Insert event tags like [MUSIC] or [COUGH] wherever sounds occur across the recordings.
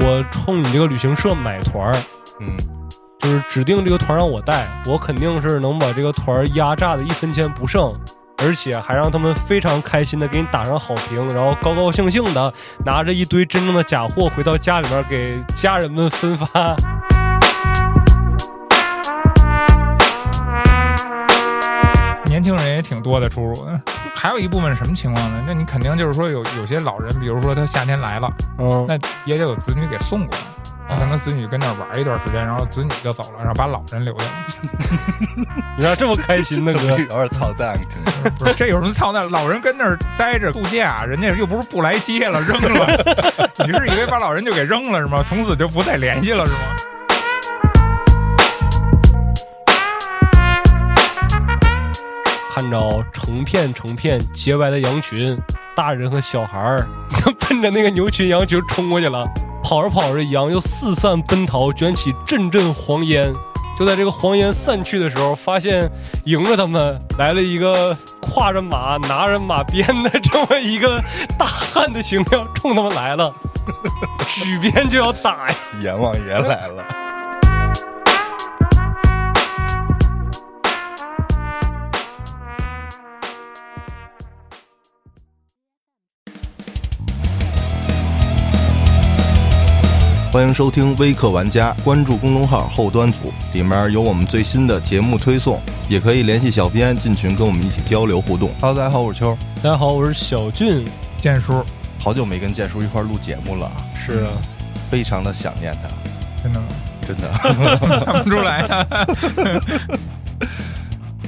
我冲你这个旅行社买团儿，嗯，就是指定这个团让我带，我肯定是能把这个团儿压榨的一分钱不剩，而且还让他们非常开心的给你打上好评，然后高高兴兴的拿着一堆真正的假货回到家里面给家人们分发。年轻人也挺多的出入。嗯还有一部分是什么情况呢？那你肯定就是说有有些老人，比如说他夏天来了，嗯，那也得有子女给送过来。那可能子女跟那儿玩一段时间，然后子女就走了，然后把老人留下了。 [LAUGHS] 你咋这么开心呢，这哥 [LAUGHS] 不是？有点操蛋，听着不是这有什么操蛋？老人跟那儿待着度假，人家又不是不来接了，扔 [LAUGHS] 了。你是以为把老人就给扔了是吗？从此就不再联系了是吗？看着成片成片洁白的羊群，大人和小孩儿 [LAUGHS] 奔着那个牛群羊群冲过去了。跑着跑着，羊就四散奔逃，卷起阵阵黄烟。就在这个黄烟散去的时候，发现迎着他们来了一个挎着马、拿着马鞭的这么一个大汉的形象，冲他们来了， [LAUGHS] 举鞭就要打呀！阎王爷来了。欢迎收听微客玩家，关注公众号后端组，里面有我们最新的节目推送，也可以联系小编进群跟我们一起交流互动。Hello，大家好，我是秋儿，大家好，我是小俊，建叔，好久没跟建叔一块儿录节目了啊，是啊，非常的想念他，真的吗？真的。看不出来 [LAUGHS] 啊。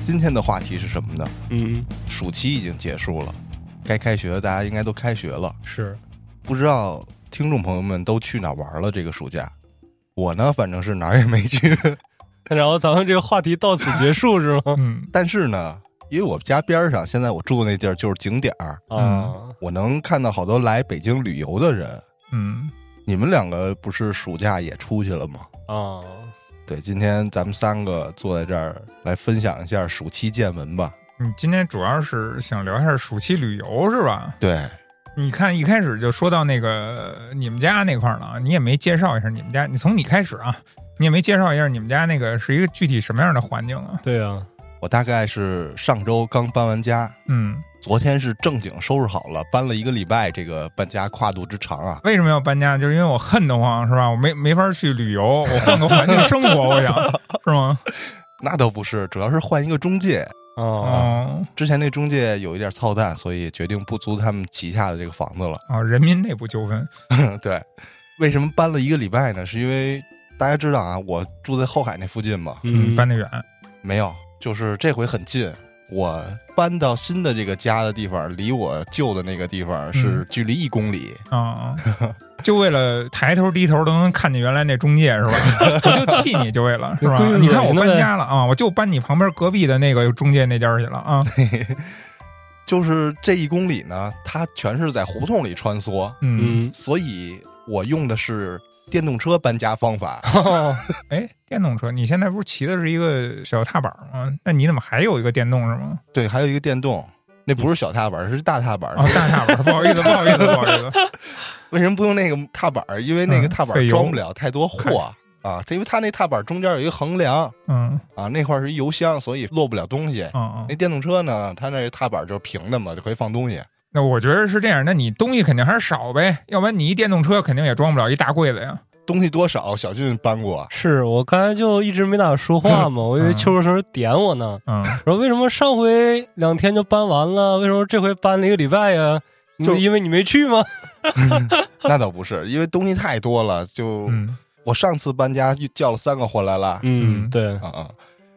今天的话题是什么呢？嗯， [LAUGHS] 暑期已经结束了，该开学，大家应该都开学了。是，不知道听众朋友们都去哪儿玩了？这个暑假，我呢，反正是哪儿也没去。 [LAUGHS] 然后咱们这个话题到此结束是吗？嗯，但是呢，因为我家边儿上，现在我住的那地儿就是景点儿，啊，我能看到好多来北京旅游的人。嗯，你们两个不是暑假也出去了吗？啊，对，今天咱们三个坐在这儿来分享一下暑期见闻吧。你今天主要是想聊一下暑期旅游是吧？对，你看一开始就说到那个你们家那块儿了啊，你也没介绍一下你们家，你从你开始啊，你也没介绍一下你们家那个是一个具体什么样的环境啊？对啊，我大概是上周刚搬完家，嗯，昨天是正经收拾好了，搬了一个礼拜，这个搬家跨度之长啊。为什么要搬家？就是因为我恨得慌是吧？我没没法去旅游，我换个环境生活，我想 [LAUGHS] 是吗？那倒不是，主要是换一个中介。啊。哦之前那中介有一点操蛋，所以决定不租他们旗下的这个房子了。 [LAUGHS] 哦，人民内部纠纷，对，为什么搬了一个礼拜呢？是因为大家知道啊，我住在后海那附近嘛，嗯，嗯，搬得远，没有，就是这回很近。我搬到新的这个家的地方，离我旧的那个地方是距离一公里。啊， [LAUGHS] 就为了抬头低头都能看见原来那中介是吧？ [LAUGHS] 我就气你就为了是吧有规？律你看我搬呗家了啊，我就搬你旁边隔壁的那个中介那家去了啊。就是这一公里呢，它全是在胡同里穿梭，嗯，嗯，所以我用的是电动车搬家方法。 [LAUGHS] 哎，电动车，你现在不是骑的是一个小踏板吗？那你怎么还有一个电动是吗？对，还有一个电动，那不是小踏板，是大踏板。啊，大踏板，不好意思，不好意思，不好意思。为什么不用那个踏板儿？因为那个嗯踏板费儿油装不了太多货、啊。这因为它那踏板儿中间有一个横梁嗯，啊，那块儿是一油箱，所以落不了东西。啊啊那，电动车呢，它那踏板儿就是平的嘛，就可以放东西。那我觉得是这样，那你东西肯定还是少呗，要不然你一电动车肯定也装不了一大柜子呀。东西多少，小俊搬 [LAUGHS] 过。是我刚才就一直没咋说话嘛，我以为秋叔叔点我呢。嗯，我说为什么上回两天就搬完了，为什么这回搬了一个礼拜呀？就就因为你没去吗？那倒不是，因为东西太多了。就、嗯，我上次搬家就叫了三个货来了，嗯，嗯对，啊啊。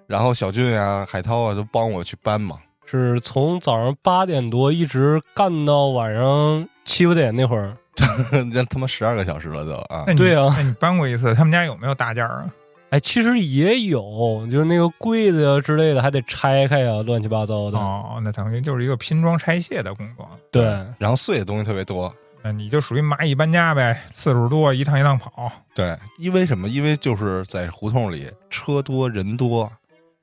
然后小俊啊、海涛啊都帮我去搬嘛。是从早上八点多一直干到晚上七八点那会儿。 [LAUGHS] 那他妈十二个小时了都啊那！你对啊那你搬过一次，他们家有没有大件儿 [LAUGHS] 啊？哎，其实也有，就是那个柜子呀之类的，还得拆开呀，乱七八糟的。哦，那等于就是一个拼装拆卸的工作。对，然后碎的东西特别多。那你就属于蚂蚁搬家呗，次数多，一趟一趟跑。对，因为什么？因为就是在胡同里车多人多，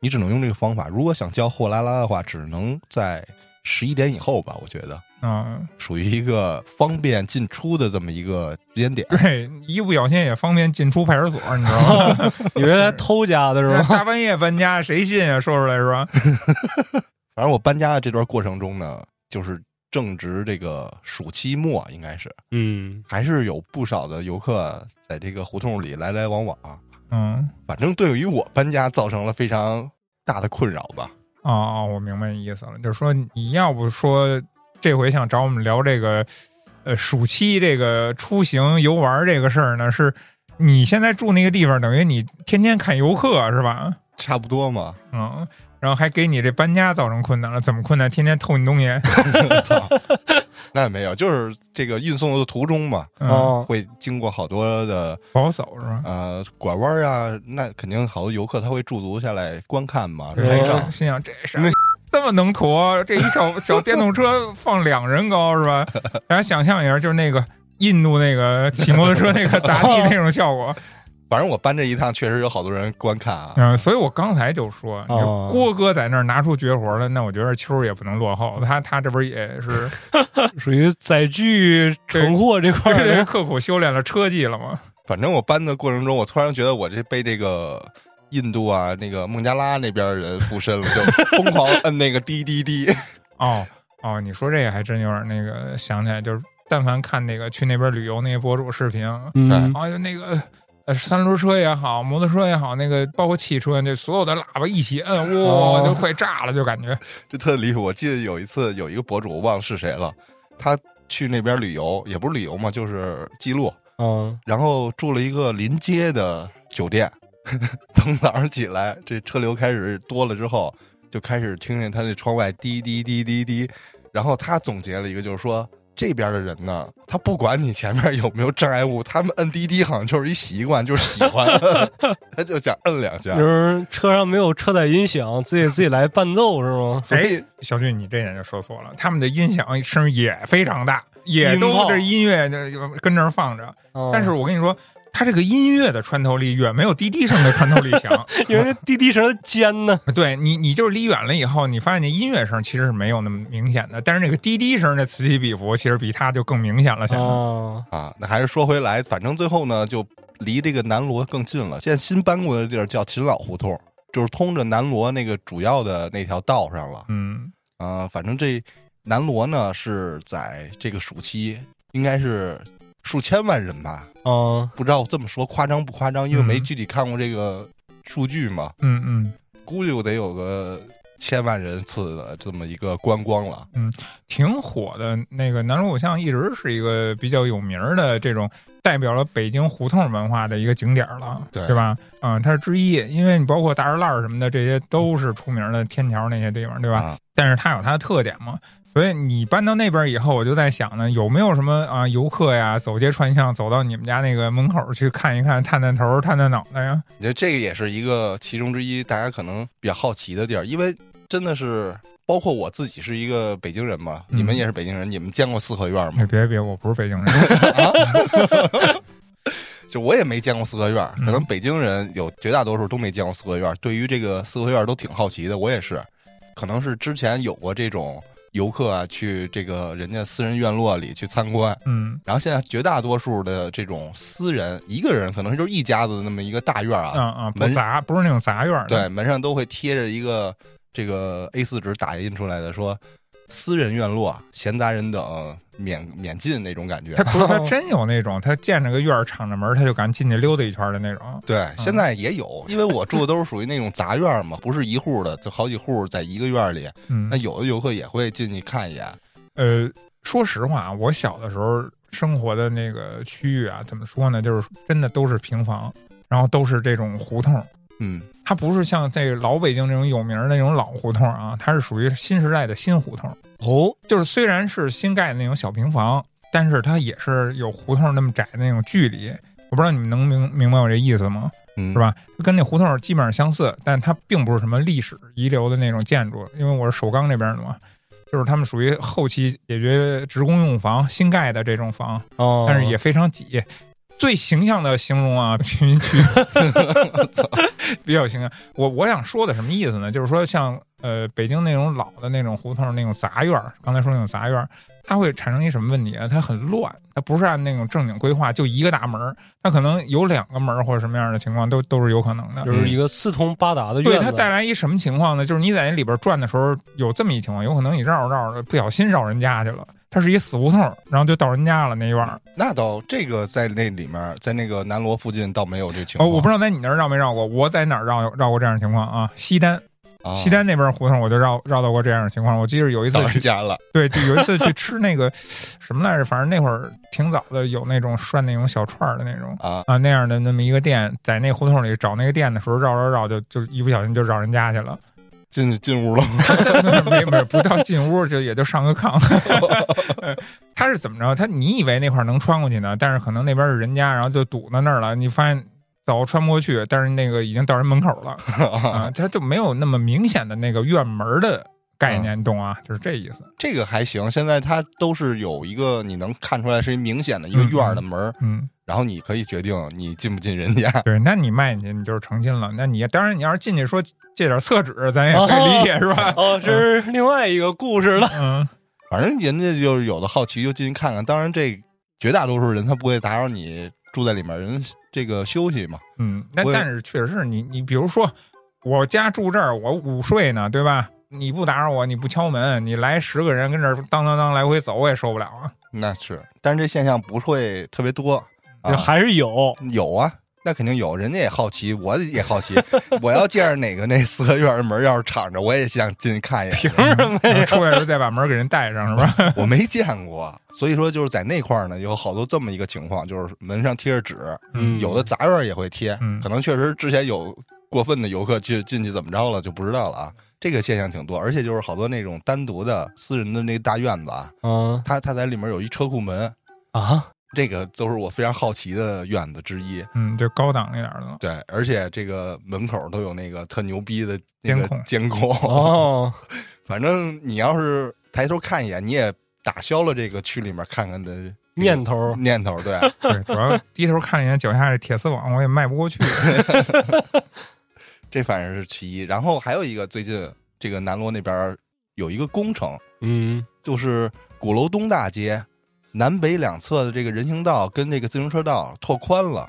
你只能用这个方法。如果想叫货拉拉的话，只能在十一点以后吧，我觉得。[LAUGHS] 啊、啊，属于一个方便进出的这么一个时间点。对，一不小心也方便进出派出所，你知道吗？你原来偷家 [LAUGHS] 的是吗？大半夜搬家，谁信啊？说出来是吧？反正我搬家的这段过程中呢，就是正值这个暑期末，应该是 [LAUGHS] 嗯，还是有不少的游客在这个胡同里来来往往。啊嗯，反正对于我搬家造成了非常大的困扰吧。哦哦，我明白你意思了，就是说你要不说这回想找我们聊这个，呃，暑期这个出行游玩这个事儿呢，是你现在住那个地方，等于你天天看游客是吧？差不多嘛， [LAUGHS] 嗯，然后还给你这搬家造成困难了，怎么困难？天天偷你东西，操，那也没有，就是这个运送的途中嘛，嗯、，哦，会经过好多的不好走是吧？呃拐弯儿啊，那肯定好多游客他会驻足下来观看嘛，拍照。嗯心想这啥那这么能驮？这一小小电动车放两人高是吧？大家想象一下，就是那个印度那个骑摩托车那个 [LAUGHS] 砸地那种效果。反正我搬这一趟确实有好多人观看啊，嗯，所以我刚才就说，你哦说郭哥在那儿拿出绝活了，那我觉得秋儿也不能落后，他他这不是也 [LAUGHS] 是属于载具盛货这块儿的，刻苦修炼了车技了吗？反正我搬的过程中，我突然觉得我这被这个印度啊、那个孟加拉那边儿人附身了，就疯狂摁那个滴滴滴。 [LAUGHS] [LAUGHS] 哦哦，你说这个还真有点那个想起来，就是但凡看那个去那边旅游那些博主视频，嗯，然后就那个呃三轮车也好，摩托车也好，那个包括汽车，这所有的喇叭一起摁，哇、哦就快炸了，就感觉就特离谱。我记得有一次有一个博主，我忘了是谁了，他去那边旅游，也不是旅游嘛，就是记录，嗯，然后住了一个临街的酒店。从早上起来，这车流开始多了之后，就开始听见他那窗外滴滴滴滴滴。然后他总结了一个，就是说这边的人呢，他不管你前面有没有障碍物，他们摁滴滴好像就是一习惯，就是喜欢，他就想摁两下就。是车上没有车载音响，自己自己来伴奏是吗？所以哎， [LAUGHS] 小俊，你这点就说错了，他们的音响声也非常大，也音炮都这音乐就跟这儿放着，嗯但是我跟你说。他这个音乐的穿透力远没有滴滴声的穿透力强。 [LAUGHS] 因为那滴滴声尖呢，对你，你就是离远了以后，你发现那音乐声其实是没有那么明显的，但是那个滴滴声的此起彼伏，其实比它就更明显了。现在，啊，啊，那还是说回来，反正最后呢，就离这个南锣更近了。现在新搬过来的地儿叫秦老胡同，就是通着南锣那个主要的那条道上了。嗯，啊、反正这南锣呢是在这个暑期，应该是数千万人吧，嗯，不知道这么说夸张不夸张，因为没嗯具体看过这个数据嘛，嗯嗯，估计我得有个千万人次的这么一个观光了。挺火的。那个南锣鼓巷一直是一个比较有名儿的这种代表了北京胡同文化的一个景点儿了，对对吧？嗯，它是之一，因为你包括大栅栏儿什么的，这些都是出名儿的天桥那些地方，对吧？嗯啊但是它有它的特点嘛。所以你搬到那边以后，我就在想呢，有没有什么啊游客呀走街串巷走到你们家那个门口儿去看一看，探探头儿、探探脑袋呀？你觉得这个也是一个其中之一，大家可能比较好奇的地儿，因为真的是包括我自己是一个北京人嘛，嗯你们也是北京人，你们见过四合院吗？哎别别别，我不是北京人，就我也没见过四合院，嗯可能北京人有绝大多数都没见过四合院，对于这个四合院都挺好奇的，我也是，可能是之前有过这种游客啊去这个人家私人院落里去参观，嗯然后现在绝大多数的这种私人一个人可能就是一家子的那么一个大院啊，啊啊，不门杂，不是那种杂院儿的，对，门上都会贴着一个这个 A 4纸打印出来的，说私人院落闲杂人等免免进那种感觉他。不是他哦真有那种，他见着个院儿敞着门儿，他就敢进去溜达一圈儿的那种。对，现在也 [LAUGHS] 有，因为我住的都是属于那种杂院嘛，不是一户的，就好几户在一个院里。嗯那，有的游客也会进去看一眼。呃，说实话，我小的时候生活的那个区域啊，怎么说呢，就是真的都是平房，然后都是这种胡同。嗯，它不是像这个老北京这种有名儿的那种老胡同啊，它是属于新时代的新胡同。哦，就是虽然是新盖的那种小平房，但是它也是有胡同那么窄的那种距离。我不知道你们能明明白我这意思吗？嗯是？吧？它跟那胡同基本上相似，但它并不是什么历史遗留的那种建筑，因为我是首钢这边的嘛，就是他们属于后期解决职工用房新盖的这种房，哦，但是也非常挤。最形象的形容啊， [LAUGHS] 贫民区，比较形象。我我想说的什么意思呢？就是说像呃北京那种老的那种胡同那种杂院儿，刚才说那种杂院儿，它会产生一什么问题啊？它很乱，它不是按那种正经规划，就一个大门儿，它可能有两个门儿或者什么样的情况都都是有可能的。就是一个四通八达的院对子。它带来一什么情况呢？就是你在那里边转的时候，有这么一情况，有可能你绕着绕着不小心绕人家去了，它是一死胡同，然后就到人家了那一院儿。那倒这个在那里面，在那个南锣附近倒没有这情哦，况。我不知知道在你那儿绕没绕过，我在哪儿绕绕过这样的情况啊？西单，道西单那边胡同我就绕绕到过这样的情况。我记得有一次到去人家了，对，就有一次去吃那个什么来着，反正那会儿挺早的，有那种涮那种小串儿的那种啊那样的那么一个店，在那胡同里找那个店的时候，绕绕绕就就一不小心就绕人家去了，进进屋了， [LAUGHS] 没没不到进屋就也就上个炕。 [LAUGHS] 他是怎么着？他你以为那块儿能穿过去呢，但是可能那边是人家，然后就堵到那儿了，你发现。早穿不过去，但是那个已经到人门口了啊，他就没有那么明显的那个院门的概念，你懂啊？就是这意思。这个还行。现在它都是有一个你能看出来是一明显的一个院儿的门儿，嗯，然后你可以决定你进不进人家。 [LAUGHS] 对，那你卖进去，你就是成亲了。那你当然，你要是进去说借点厕纸，咱也可以理解，是吧？哦，这是另外一个故事了。嗯，反正人家就是有的好奇就进去看看。当然，这绝大多数人他不会打扰你住在里面人这个休息嘛。嗯，那我也但是确实是你，你比如说，我家住这儿，我午睡呢，对吧？你不打扰我，你不敲门，你来十个人跟这儿当当当来回走，我也受不了啊。那是，但是这现象不会特别多。啊就、嗯还是有，有啊，那肯定有，人家也好奇，我也好奇。 [LAUGHS] 我要见着哪个那四合院的门要是敞着，我也想进去看一眼。然后出来的时候再把门给人带上，是吧？我没见过，所以说就是在那块儿呢，有好多这么一个情况，就是门上贴着纸，嗯，有的杂院儿也会贴，嗯可能确实之前有过分的游客进进去怎么着了就不知道了啊。这个现象挺多，而且就是好多那种单独的私人的那大院子啊，嗯它它在里面有一车库门，啊，这个都是我非常好奇的院子之一。 [LAUGHS] 嗯，就高档一点的了。对，而且这个门口都有那个特牛逼的那个监控监控，哦， [LAUGHS] 反正你要是抬头看一眼，你也打消了这个去里面看看的念头念头。 [LAUGHS] 对，对，主要低头看了一眼脚下这铁丝网，我也迈不过去。这反正是其一。然后还有一个，最近这个南锣那边儿有一个工程，嗯，就是鼓楼东大街南北两侧的这个人行道跟这个自行车道拓宽了，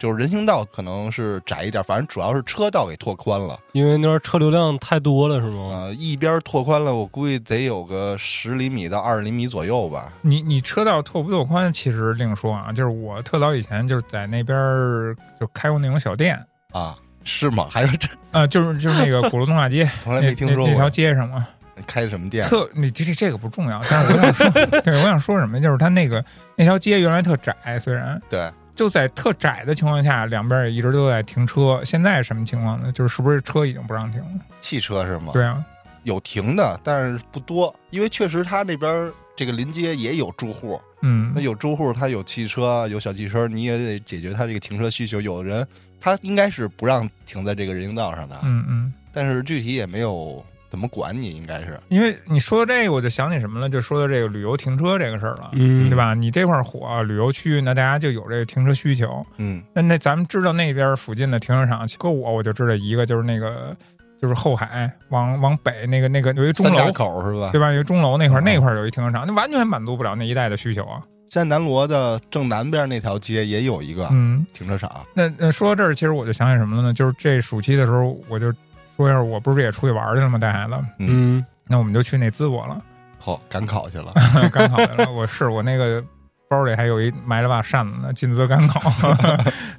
就是人行道可能是窄一点，反正主要是车道给拓宽了。因为那边车流量太多了，是吗？呃，一边拓宽了，我估计得有个十厘米到二十厘米左右吧。你你车道拓不拓宽，其实另说啊。就是我特早以前就是在那边儿就开过那种小店，啊，是吗？ [LAUGHS] 还是这，啊，就是就是那个鼓楼东大街 [LAUGHS] 从来那没听说那那条过？街上嘛，开的什么店？特你这这这个不重要，但是我想 [LAUGHS] 说，对，我想说什么，就是它那个那条街原来特窄，虽然对，就在特窄的情况下，两边也一直都在停车。现在什么情况呢？就是是不是车已经不让停了？汽车是吗？对啊，有停的，但是不多，因为确实他那边儿这个临街也有住户，嗯那，有住户，他有汽车，有小汽车，你也得解决他这个停车需求。有的人他应该是不让停在这个人行道上的，嗯嗯。但是具体也没有怎么管你，应该是因为你说到这个，我就想起什么了，就说到这个旅游停车这个事儿了，嗯对吧？你这块儿火，旅游区那大家就有这个停车需求，嗯那那咱们知道那边附近的停车场，搁我我就知道一个，就是那个就是后海往往北那个那个有一钟三楼岔，口是吧？对吧？有一钟楼那块儿嗯那块儿有一停车场，那完全满足不了那一带的需求啊。在南锣的正南边那条街也有一个嗯，停车场，那那说到这儿，其实我就想起什么了呢？就是这暑期的时候，我就说一下，我不是也出去玩去了吗？带孩子，嗯，那我们就去那淄博了，好、赶考去了，赶考去了。我是我那个。包里还有一埋了把扇子呢，进淄赶考。 [LAUGHS]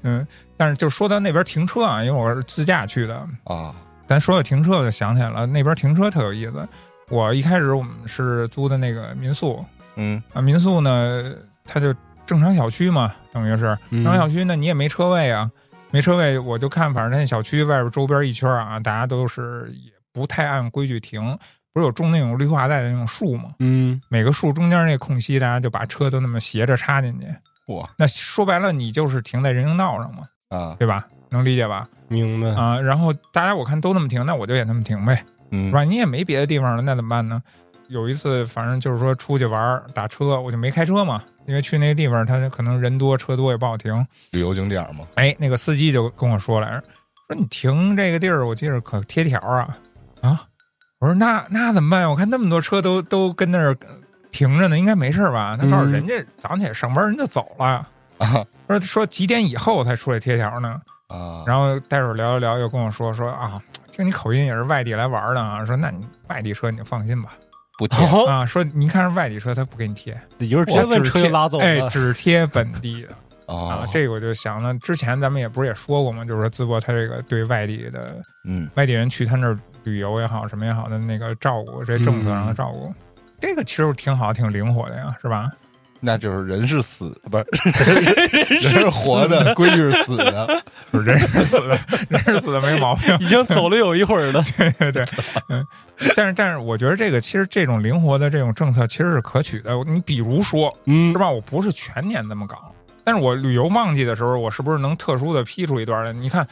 嗯，但是就说到那边停车啊，因为我是自驾去的，啊，咱说到停车，我就想起来了，那边停车特有意思。我一开始我们是租的那个民宿嗯啊，民宿呢，它就正常小区嘛，等于是嗯正常小区呢，你也没车位啊，没车位，我就看反正那小区外边周边一圈啊，大家都是也不太按规矩停，不是有种那种绿化带的那种树吗？嗯，每个树中间那空隙，大家就把车都那么斜着插进去。哇那说白了，你就是停在人行道上嘛，啊，对吧？能理解吧？明白。啊、然后大家我看都那么停，那我就也那么停呗。嗯是吧？你也没别的地方了，那怎么办呢？有一次，反正就是说出去玩儿打车，我就没开车嘛，因为去那个地方，他可能人多车多也不好停。旅游景点嘛，哎，那个司机就跟我说来着，说你停这个地儿，我记着可贴条啊啊！我说那那怎么办呀？我看那么多车都都跟那儿停着呢，应该没事儿吧？他告诉嗯人家早上起来上班人就走了，啊说说几点以后才出来贴条呢？啊，然后待会儿聊一聊，又跟我说说啊，听你口音也是外地来玩儿的啊，说那你外地车你就放心吧不贴哦，啊，说你看是外地车他不给你贴，有人直接问车就拉走了。哎，只贴本地的。啊啊，，这个我就想了，之前咱们也不是也说过嘛，就是说淄博他这个对外地的嗯外地人去他那儿旅游也好，什么也好的那个照顾，这些政策上的照顾，这个其实挺好，挺灵活的呀，是吧？那就是人是死，不是 [LAUGHS] 人是活的，规矩是死的。不是人是死的，人是死的没毛病， [LAUGHS] 已经走了有一会儿了。对 [LAUGHS] 对，嗯，但是但是我觉得这个其实这种灵活的这种政策其实是可取的。你比如说 [LAUGHS] 嗯是，吧，我不是全年这么搞，但是我旅游旺季的时候，我是不是能特殊的批出一段来？你看，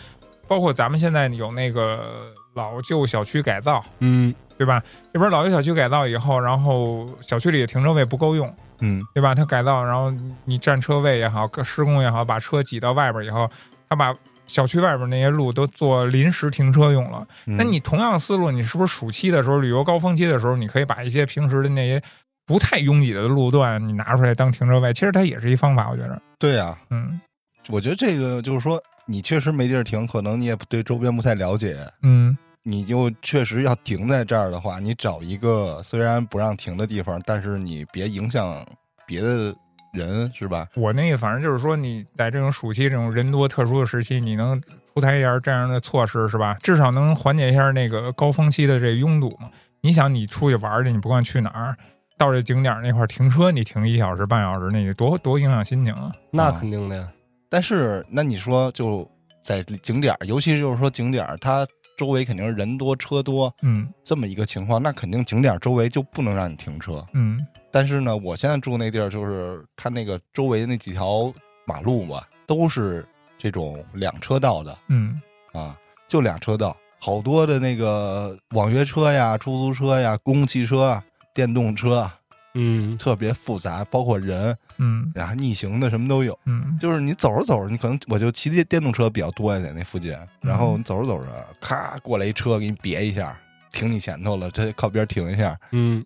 包括咱们现在有那个老旧小区改造，嗯，对吧？这边老旧小区改造以后，然后小区里的停车位不够用，嗯对吧？它改造，然后你占车位也好，施工也好，把车挤到外边以后，他把小区外边那些路都做临时停车用了。嗯那你同样思路，你是不是暑期的时候、旅游高峰期的时候，你可以把一些平时的那些不太拥挤的路段，你拿出来当停车位？其实它也是一方法，我觉着。对啊，嗯我觉得这个就是说，你确实没地儿停，可能你也不对周边不太了解，嗯，你就确实要停在这儿的话，你找一个虽然不让停的地方，但是你别影响别的人，是吧？我那意思反正就是说，你在这种暑期这种人多特殊的时期，你能出台一点这样的措施，是吧？至少能缓解一下那个高峰期的这拥堵嘛。你想，你出去玩儿去，你不管去哪儿，到这景点儿那块儿停车，你停一小时、半小时，那你多多影响心情啊！那肯定的呀。但是那你说就在景点儿，尤其就是说景点儿，它周围肯定是人多车多嗯这么一个情况，那肯定景点儿周围就不能让你停车。嗯但是呢，我现在住那地儿，就是它那个周围那几条马路嘛，都是这种两车道的嗯啊，就两车道，好多的那个网约车呀、出租车呀、公共汽车啊、电动车啊，嗯，特别复杂，包括人嗯啊、逆行的什么都有。嗯就是你走着走着，你可能我就骑电电动车比较多一点那附近，然后你走着走着，咔过来一车给你别一下，停你前头了，这靠边停一下，嗯，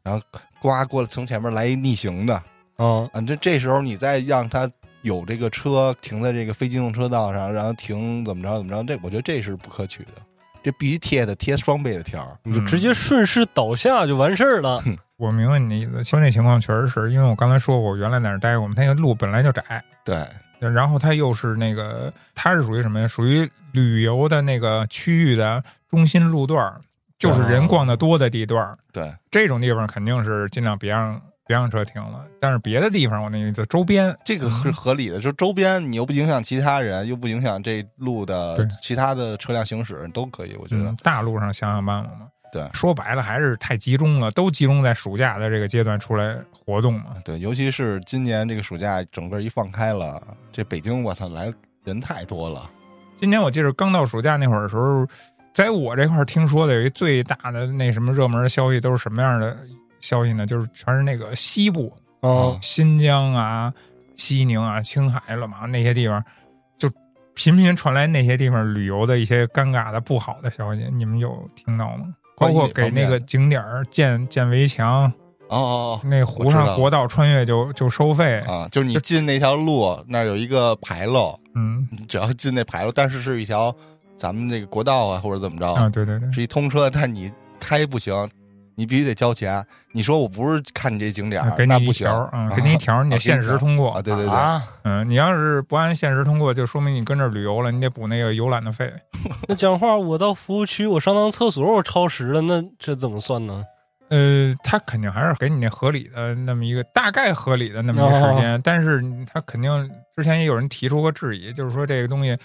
呱过来从前面来一逆行的，啊，啊，这这时候你再让他有这个车停在这个非机动车道上，然后停怎么着怎么着，这我觉得这是不可取的，这必须贴的贴双倍的条儿。你就直接顺势倒下就完事儿了。我明白你的意思，其实那情况确实是因为我刚才说过，我原来在那儿待过，我们那个路本来就窄，对，然后它又是那个，它是属于什么呀？属于旅游的那个区域的中心路段儿，就是人逛得多的地段儿。对，这种地方肯定是尽量别让别让车停了，但是别的地方，我那意思周边，这个是合理的，就周边你又不影响其他人，又不影响这路的对其他的车辆行驶，都可以，我觉得。嗯，大路上想想办法嘛。对说白了还是太集中了，都集中在暑假的这个阶段出来活动嘛。对，尤其是今年这个暑假，整个一放开了，这北京我操来人太多了，今年我记得刚到暑假那会儿的时候，在我这块儿听说的有一最大的那什么热门的消息，都是什么样的消息呢？就是全是那个西部，啊，新疆啊、西宁啊、青海、了嘛那些地方，就频频传来那些地方旅游的一些尴尬的、不好的消息。你们有听到吗？包括给那个景点儿建建围墙，哦哦那湖我知道上了国道穿越就就收费哦，啊，就是你进那条路那儿有一个牌楼，嗯你只要进那牌楼，但是是一条咱们这个国道啊，或者怎么着，啊，对对对，是一通车，但是你开不行，你必须得交钱。你说我不是看你这景点儿，啊给啊那你一不行条儿，嗯，给你一条儿，你啊得给你限条时儿通过啊！对对对，啊，嗯，你要是不按限时通过，就说明你跟这儿旅游了，你得补那个游览的费。那讲话，我到服务区，我上趟厕所，我超时了，那这怎么算呢？呃，他肯定还是给你那合理的那么一个大概合理的那么一个时间，但是他肯定之前也有人提出过质疑，就是说这个东西，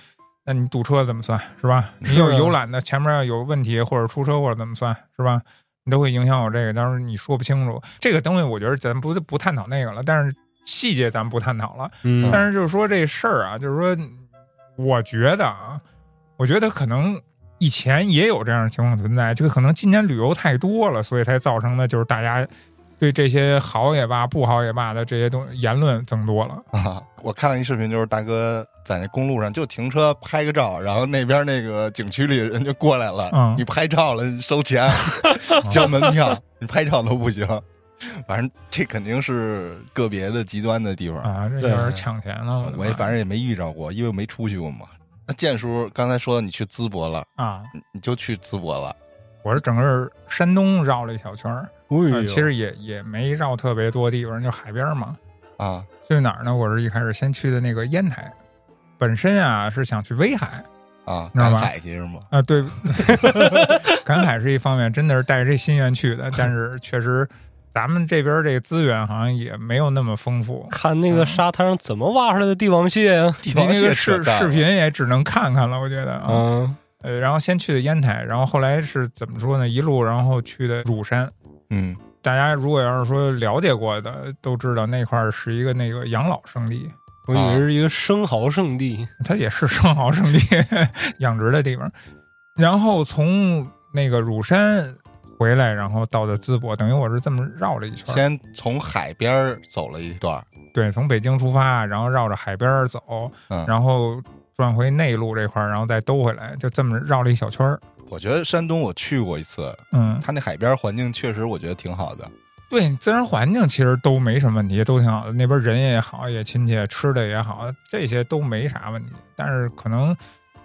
那你堵车怎么算是吧？你有是啊游览的前面要有问题或者出车祸怎么算是吧？你都会影响我这个，当时你说不清楚这个东西，我觉得咱不不探讨那个了，但是细节咱们不探讨了。嗯但是就是说这事儿啊，就是说，我觉得啊，我觉得可能以前也有这样的情况存在，就可能今年旅游太多了，所以才造成的就是大家对这些好也罢，不好也罢的这些东言论增多了。啊！我看了一视频，就是大哥在那公路上就停车拍个照，然后那边那个景区里人就过来了，嗯你拍照了你收钱，交门票，你拍照都不行。反正这肯定是个别的极端的地方，啊，这嗯对有点抢钱了。我的我妈也反正也没遇着过，因为我没出去过嘛。那建叔刚才说你去淄博了，啊，你就去淄博了，我是整个山东绕了一小圈儿，哎呃呦其实也也没绕特别多地方，就海边儿嘛。啊去哪儿呢？我是一开始先去的那个烟台，本身啊是想去威海啊，知道赶吧海去是吗？啊，对， [LAUGHS] 赶海是一方面，真的是带着这心愿去的，但是确实咱们这边儿这个资源好像也没有那么丰富。看那个沙滩上怎么挖出来的帝王蟹呀、帝那王那蟹个扯视淡视频也只能看看了，我觉得啊。嗯，呃，然后先去的烟台，然后后来是怎么说呢？一路然后去的乳山。嗯大家如果要是说了解过的，都知道那块儿是一个那个养老圣地，我以为是一个生蚝圣地，它也是生蚝圣地 [LAUGHS] 养殖的地方。然后从那个乳山回来，然后到的淄博，等于我是这么绕了一圈儿。先从海边儿走了一段儿，对，从北京出发，然后绕着海边儿走，嗯然后转回内陆这块儿，然后再兜回来，就这么绕了一小圈儿。我觉得山东我去过一次，嗯，它那海边环境确实我觉得挺好的。对，自然环境其实都没什么问题，都挺好的。那边人也好，也亲切，吃的也好，这些都没啥问题。但是可能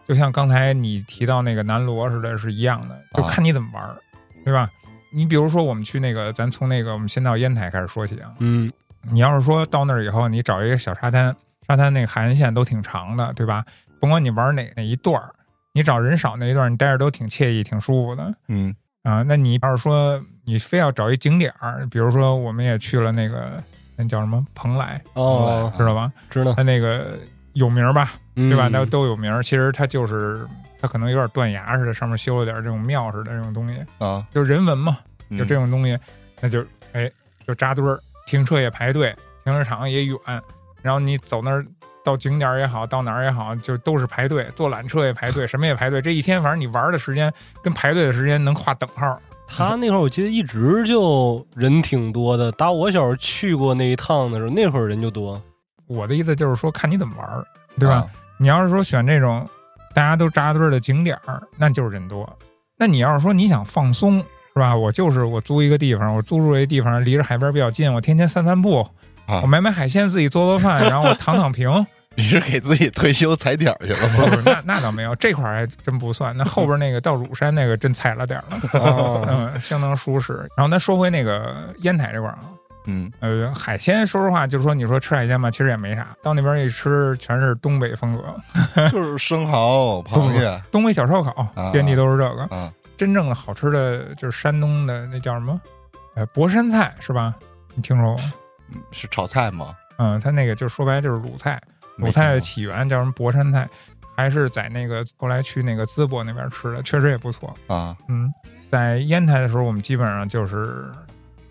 就像刚才你提到那个南锣似的，是一样的，就啊看你怎么玩儿，对吧？你比如说，我们去那个，咱从那个，我们先到烟台开始说起啊。嗯，你要是说到那儿以后，你找一个小沙滩，沙滩那个海岸线都挺长的，对吧？甭管你玩哪哪一段儿，你找人少那一段儿，你待着都挺惬意、挺舒服的。嗯啊，那你要是说你非要找一景点儿，比如说我们也去了那个那叫什么蓬莱，哦，知道吧？知道，它那个有名儿吧，对吧？嗯它都有名儿。其实它就是它可能有点断崖似的，上面修了点这种庙似的这种东西，啊，就人文嘛，嗯就这种东西，那就哎就扎堆儿，停车也排队，停车场也远，然后你走那儿。到景点儿也好，到哪儿也好，就都是排队，坐缆车也排队，什么也排队。这一天，反正你玩儿的时间跟排队的时间能画等号，他那会儿我记得一直就人挺多的，打我小时候去过那一趟的时候，那会儿人就 [LAUGHS] 多。我的意思就是说，看你怎么玩儿，对吧？啊 [LAUGHS] 你要是说选这种大家都扎堆儿的景点儿，那就是人多。那你要是说你想放松，是吧？我就是我租一个地方，我租住这地方离着海边比较近，我天天散散步，啊我买买海鲜，自己做做饭，然后我 [LAUGHS] 躺躺平。你是给自己退休踩点儿去 [LAUGHS] 了吗？不是，那那倒没有，这块儿还真不算。那后边那个到乳山那个真踩了点儿 [LAUGHS] 了，哦，嗯，相当舒适。然后咱说回那个烟台这块儿啊，嗯呃，海鲜，说实话，就是说你说吃海鲜吧，其实也没啥。到那边一吃，全是东北风格，就是生蚝、螃蟹东北小烧烤啊，遍地都是这个。啊，真正的好吃的就是山东的那叫什么？呃，博山菜是吧？你听说过？是炒菜吗？嗯，它那个就说白了就是鲁菜，没鲁菜的听起源叫什么？博山菜，还是在那个后来去那个淄博那边吃的，确实也不错。过啊，嗯，在烟台的时候，我们基本上就是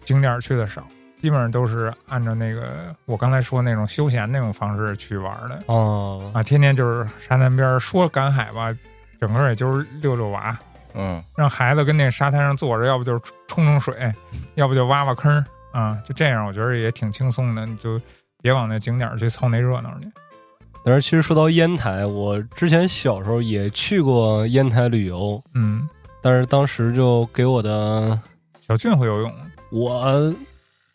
景点儿去的少，基本上都是按照那个我刚才说那种休闲那种方式去玩儿的哦，啊，天天就是沙滩边儿说赶海吧，整个也就是遛遛娃，嗯，让孩子跟那沙滩上坐着，要不就是冲冲水，要不就挖挖坑儿啊，就这样，我觉得也挺轻松的，你就别往那景点儿去凑那热闹去但是其实说到烟台，我之前小时候也去过烟台旅游，嗯，但是当时就给我的小俊会游泳，我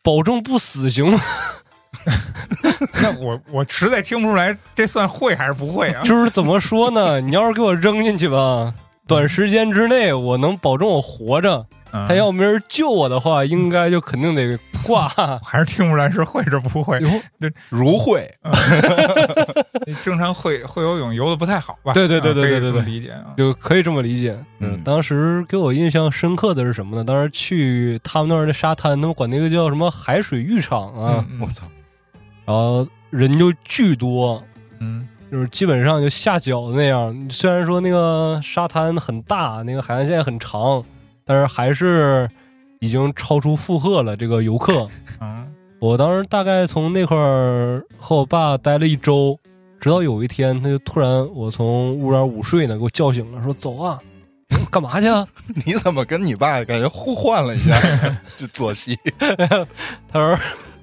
保证不死行吗？？[LAUGHS] 那我我实在听不出来这算会还是不会啊 [LAUGHS] 就是怎么说呢？你要是给我扔进去吧，短时间之内我能保证我活着，他但要没人救我的话，应该就肯定得挂。 [LAUGHS] 还是听不出来是会是不会。哟如会你经常会会游泳，游的不太好 [LAUGHS] 吧？对对对对啊可对以对这么对理解啊。就可以这么理解。嗯当时给我印象深刻的是什么呢？当时去他们那儿的沙滩，他们管那个叫什么海水浴场啊，嗯我操， [LAUGHS] 然后人就巨多，嗯就是基本上就下脚的那样。虽然说那个沙滩很大，那个海岸线很长，但是还是已经超出负荷了。这个游客， [LAUGHS] 嗯我当时大概从那块儿和我爸待了一周，直到有一天，他就突然我从屋里边午睡呢，给我叫醒了，说走啊，干嘛去？啊？你怎么跟你爸感觉互换了一下？ [LAUGHS] 就左西他说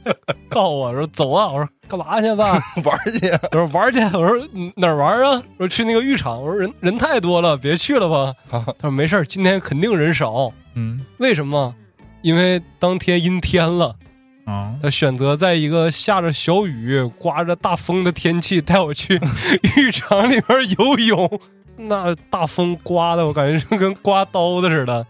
[LAUGHS] 告诉我说走啊，我说 [LAUGHS] 干嘛去啊爸？玩儿去， [LAUGHS] 我说玩去，我说嗯哪儿玩啊？我说去那个浴场，我说人人太多了，别去了吧。他说没事儿，今天肯定人少，嗯为什么？因为当天阴天了，啊，他选择在一个下着小雨、刮着大风的天气带我去 [LAUGHS] 浴场里边游泳。那大风刮的，我感觉就跟刮刀子似的。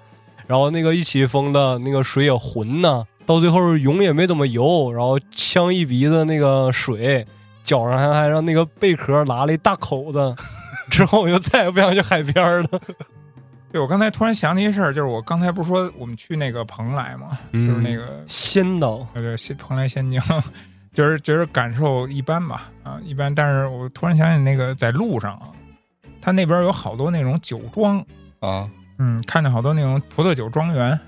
然后那个一起风的那个水也浑呐，到最后泳也没怎么游，然后呛一鼻子那个水，脚上还还让那个贝壳拉了一大口 [LAUGHS] 子。之后我就再也不想去海边了。对我刚才突然想起一事儿，就是我刚才不是说我们去那个蓬莱嘛，嗯就是那个仙岛，呃对仙蓬莱仙境，就是 [LAUGHS] 觉得感受一般吧，啊一般。但是我突然想起那个在路上啊，他那边有好多那种酒庄，啊，嗯，看见好多那种葡萄酒庄园，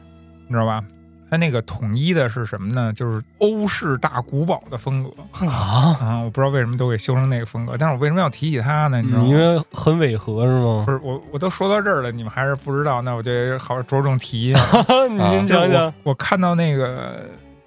你知道吧？它那个统一的是什么呢？就是欧式大古堡的风格啊，啊！我不知道为什么都给修成那个风格，但是我为什么要提起它呢？你知道吗？因为很违和是吗不？是我，我都说到这儿了，你们还是不知道，那我就好着重提 [LAUGHS] 一下。您讲讲我看到那个，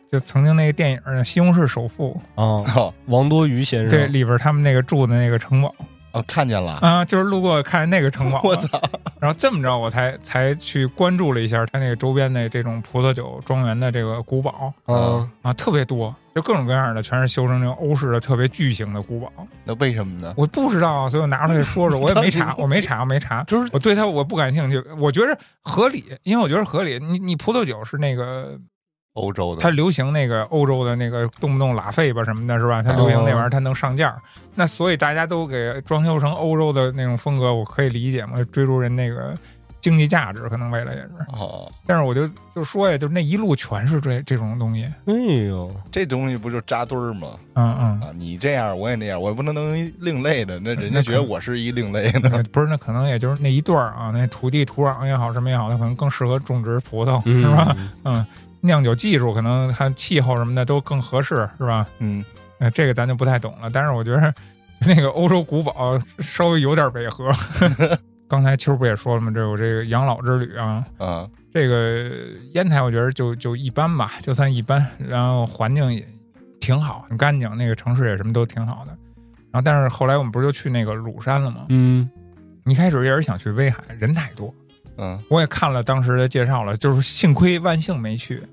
就曾经那个电影《西红柿首富啊，哦王多鱼先》，生，对，里边他们那个住的那个城堡哦，看见了，，啊，就是路过看见那个城堡啊我操，然后这么着我才才去关注了一下他那个周边的这种葡萄酒庄园的这个古堡啊，啊，特别多，就各种各样的，全是修成那种欧式的特别巨型的古堡。那为什么呢？我不知道，啊所以我拿出来说说，我也没操查，我没查，我没查，就是我对它我不感兴趣，我觉着合理，因为我觉得合理。你你葡萄酒是那个欧洲的，它流行那个欧洲的那个动不动拉菲吧什么的，是吧？它流行那玩意儿，它能上价儿。那所以大家都给装修成欧洲的那种风格，我可以理解嘛，追逐人那个经济价值，可能为了也是。哦，但是我就就说呀，就那一路全是这这种东西，哎呦，这东西不就扎堆儿吗？嗯啊，你这样，我也那样，我也不能能一另类的，那人家那觉得可我是一另类的。嗯，不是，那可能也就是那一段儿啊，那土地土壤也好，什么也好，它可能更适合种植葡萄，是吧？嗯，酿酒技术可能它气候什么的都更合适，是吧？嗯，呃，这个咱就不太懂了。但是我觉得那个欧洲古堡稍微有点 [LAUGHS] 违和。刚才秋儿不也说了吗？这有这个养老之旅啊，啊，这个烟台我觉得就就一般吧，就算一般。然后环境也挺好，很干净，那个城市也什么都挺好的。然后，但是后来我们不是就去那个鲁山了吗？嗯，一开始也是想去威海，人太多，嗯，我也看了当时的介绍了，就是幸亏万幸没去，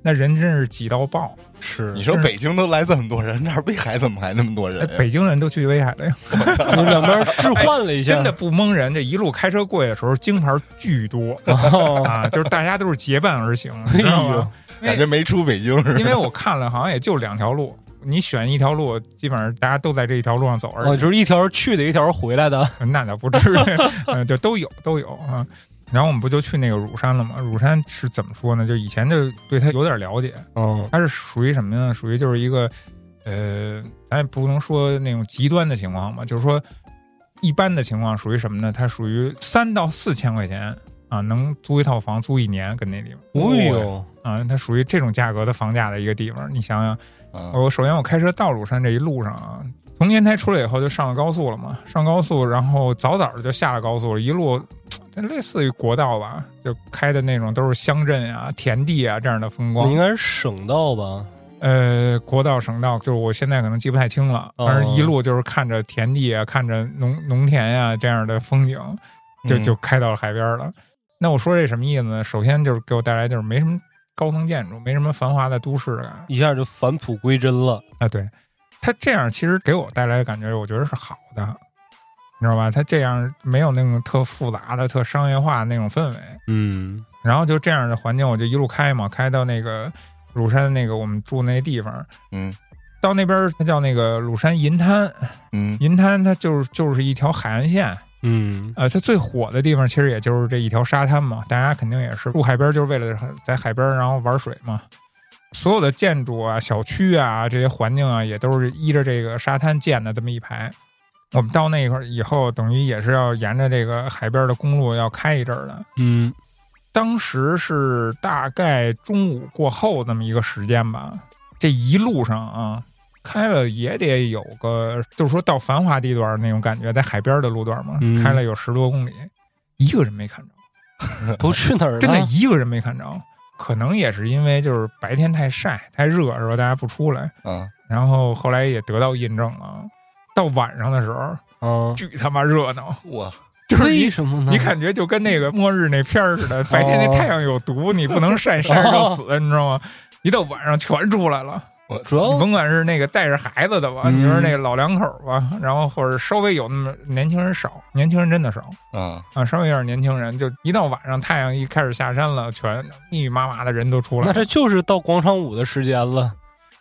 那人真是挤到爆。是你说但是北京都来这么多人，那儿威海怎么还那么多人嗯哎呀？北京人都去威海了呀， [LAUGHS] 你两边置换了一下，哎 [LAUGHS] 真的不蒙人。这一路开车过去的时候，京牌巨多哦，哎啊，就是大家都是结伴而 [LAUGHS] 行，你知道吗？感觉没出北京似的。因为我看了，好像也就两条路，你选一条路，基本上大家都在这一条路上走而哦，已。就是一条去的，一条回来的，那倒不 [LAUGHS] 至于，嗯，就都有都有啊。然后我们不就去那个乳山了吗？乳山是怎么说呢？就以前就对它有点了解，嗯，它是属于什么呢？属于就是一个，呃，咱也不能说那种极端的情况吧，就是说一般的情况属于什么呢？它属于三到四千块钱啊，能租一套房租一年，跟那地方哎呦，啊，它属于这种价格的房价的一个地方。你想想，啊我首先我开车到鲁山这一路上啊，从烟台出来以后就上了高速了嘛，上高速，然后早早的就下了高速了，一路。它类似于国道吧，就开的那种都是乡镇啊、田地啊这样的风光。那应该是省道吧？呃，国道、省道，就是我现在可能记不太清了，哦反正一路就是看着田地啊，看着农农田呀、这样的风景，就嗯就开到了海边了。那我说这什么意思呢？首先就是给我带来就是没什么高层建筑，没什么繁华的都市感一下就返璞归真了，啊。对，它这样其实给我带来的感觉，我觉得是好的，你知道吧？它这样没有那种特复杂的、特商业化的那种氛围。嗯，然后就这样的环境，我就一路开嘛，开到那个乳山那个我们住那地方，嗯到那边儿它叫那个鲁山银滩，嗯银滩它就是就是一条海岸线，嗯，呃，它最火的地方其实也就是这一条沙滩嘛，大家肯定也是住海边就是为了在海边儿然后玩水嘛。所有的建筑啊、小区啊这些环境啊，也都是依着这个沙滩建的这么一排。我们到那一块儿以后，等于也是要沿着这个海边的公路要开一阵儿的。嗯，当时是大概中午过后那么一个时间吧，这一路上啊，开了也得有个，就是说到繁华地段那种感觉，在海边的路段嘛嗯，开了有十多公里，一个人没看着。都去哪儿了？真的一个人没看着。可能也是因为就是白天太晒太热的时候，大家不出来。嗯，然后后来也得到印证了，到晚上的时候嗯，巨他妈热闹，我就是为你什么呢？你感觉就跟那个末日那片儿似的，白哦天那太阳有毒，你不能晒晒着死，你知道吗？一到晚上全出来了，我主你要甭管是那个带着孩子的哦吧，嗯你说那个老两口吧，然后或者稍微有那么年轻人少，年轻人真的少嗯，啊，稍微有点年轻人，就一到晚上太阳一开始下山了，全密密麻麻的人都出那来了。这就是到广场舞的时间了。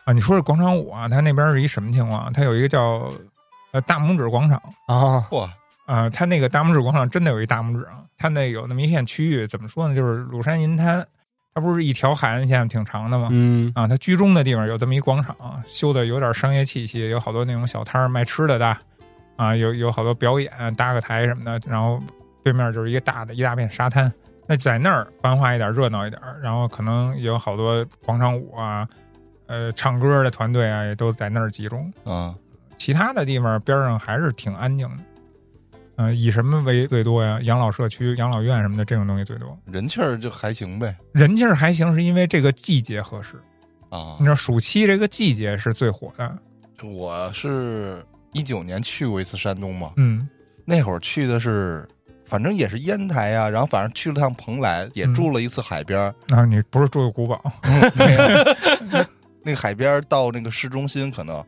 啊，你说这广场舞啊，它那边是一什么情况？啊它有一个叫呃大拇指广场啊，哇，啊、它那个大拇指广场真的有一大拇指啊，它那有那么一片区域，怎么说呢？就是鲁山银滩，它不是一条海岸线挺长的吗？ [LAUGHS] 嗯啊，它居中的地方有这么一广场，修的有点商业气息，有好多那种小摊儿卖吃的的，啊，有有好多表演搭个台什么的，然后对面就是一个大的一大片沙滩。那在那儿繁华一点，热闹一点，然后可能也有好多广场舞啊，呃，唱歌的团队啊，也都在那儿集中。嗯其他的地方边上还是挺安静的。嗯、以什么为最多呀？养老社区、养老院什么的这种东西最多。人气儿就还行呗人气儿还行，是因为这个季节合适。啊你。知道暑期这个季节是最火的，我是一九年去过一次山东嘛，嗯，那会儿去的是，反正也是烟台啊，然后反正去了趟蓬莱，也嗯住了一次海边儿。然后啊你不是住的古堡，那个海边儿到那个市中心可能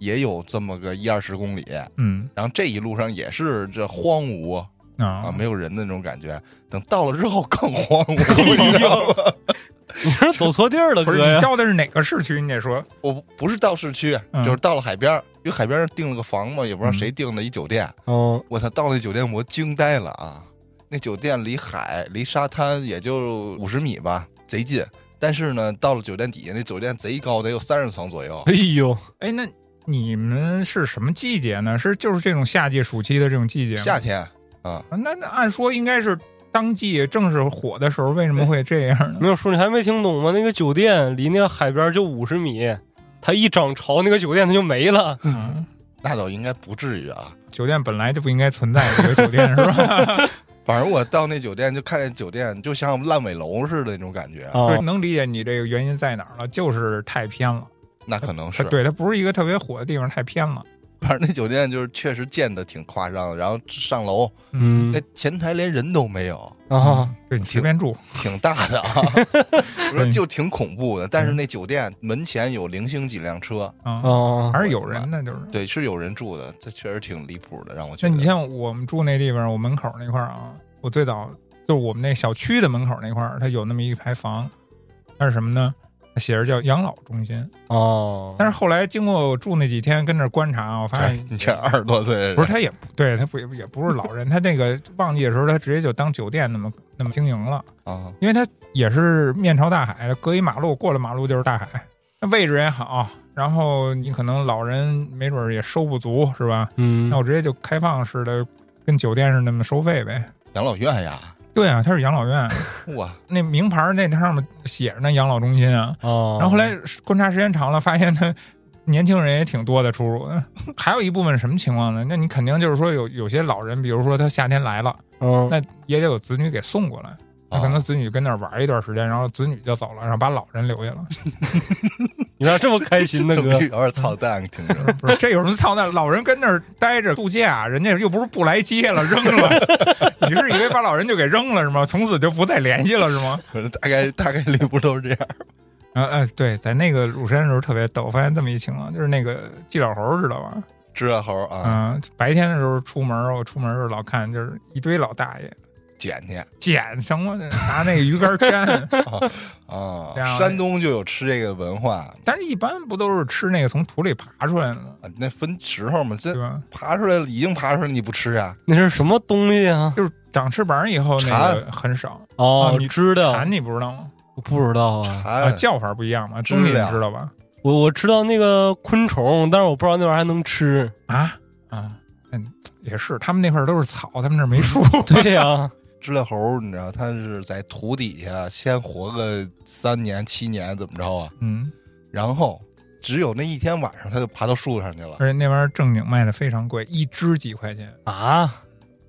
也有这么个一二十公里，嗯然后这一路上也是这荒芜啊，啊，没有人的那种感觉。等到了之后更荒芜，你知道吗？你是走错地儿了，不哥是你呀！到的是哪个市区？你得说， [LAUGHS] 我不不是到市区，嗯就是到了海边儿，因为海边儿订了个房嘛，也不知道嗯谁订了一酒店。嗯，我操，到那酒店我惊呆了啊！那酒店离海离沙滩也就五十米吧，贼近。但是呢，到了酒店底下，那酒店贼高，得有三十层左右哎。呦，哎，那你们是什么季节呢？是就是这种夏季、暑期的这种季节吗？夏天啊，啊那那按说应该是当季正是火的时候，为什么会这样呢？没有叔，你还没听懂吗？那个酒店离那个海边就五十米，它一涨潮，那个酒店它就没 [LAUGHS] 了。嗯，那倒应该不至于啊。酒店本来就不应该存在的一个酒店是吧？反正我到那酒店就看见酒店，就像烂尾楼似的那种感觉。啊就是能理解你这个原因在哪儿了，就是太偏了。那可能是它，对，它不是一个特别火的地方，太偏了。反正那酒店就是确实建的挺夸张的。然后上楼，嗯哎那前台连人都没有，啊，嗯，对你随便住，挺大 [LAUGHS] 的啊，我哎说就挺恐怖的。嗯但是那酒店门前有零星几辆车，啊，啊还是有人的，就是。对，是有人住的，这确实挺离谱的，让我觉那得。你像我们住那地方，我门口那块儿啊，我最早就是我们那小区的门口那块儿，它有那么一排房，它是什么呢？它写着叫养老中心。啊，但是后来经过我住那几天跟那儿观察，我发这现你这二十多岁的人哎不是，他也不对，他不也不是老人，他那个旺季的时候，他直接就当酒店那么那么经营了，啊，因为他也是面朝大海，隔一马路过了马路就是大海，那位置也好，然后你可能老人没准儿也收不足，是吧？嗯那我直接就开放式的，跟酒店似的那么收费呗。养老院呀，啊对啊，它是养 [LAUGHS] 老院，哇，那名牌儿那上面写着呢养老中心啊。啊，然后后来观察时间长了，发现他年轻人也挺多的出入的。 [LAUGHS] 还有一部分什么情况呢？那你肯定就是说有有些老人，比如说他夏天来了，嗯那也得有子女给送过来。那啊哦可能子女跟那儿玩一段时间，然后子女就走了，然后把老人留下了。你咋这么开心 [LAUGHS] 呢，这么哥有？点嗯操蛋，听着。不是这有什么操蛋？老人跟那儿待着度假，人家又不是不来接了，扔 [LAUGHS] 了。你是以为把老人就给扔了是吗？从此就不再联系了是吗？可能 [LAUGHS] 大概大概率不都是这样？啊哎，对，在那个乳山的时候特别逗，发现这么一情况，就是那个季老猴知道吧？知了猴啊，嗯、白天的时候出门，我出门的时候老看，就是一堆老大爷捡去捡什么的，拿那个鱼竿粘， [LAUGHS] 啊然后。山东就有吃这个文化但是一般不都是吃那个从土里爬出来的吗？啊，那分时候嘛，这对吧？爬出来了已经爬出来了，你不吃啊？那是什么东西啊？就是长翅膀以后那个很少。哦啊，你知道，蝉你不知道吗？我不知道啊。啊啊，，叫法不一样嘛，知东西你了知道吧？我我知道那个昆虫，但是我不知道那玩意儿还能吃。啊啊，嗯，也是，他们那块儿都是草，他们那儿没树。对呀、知了猴，你知道它是在土底下先活个三年七年，怎么着啊？嗯，然后只有那一天晚上，它就爬到树上去了。 [LAUGHS] 而且那玩意儿正经卖的非常贵，一只几块钱。啊，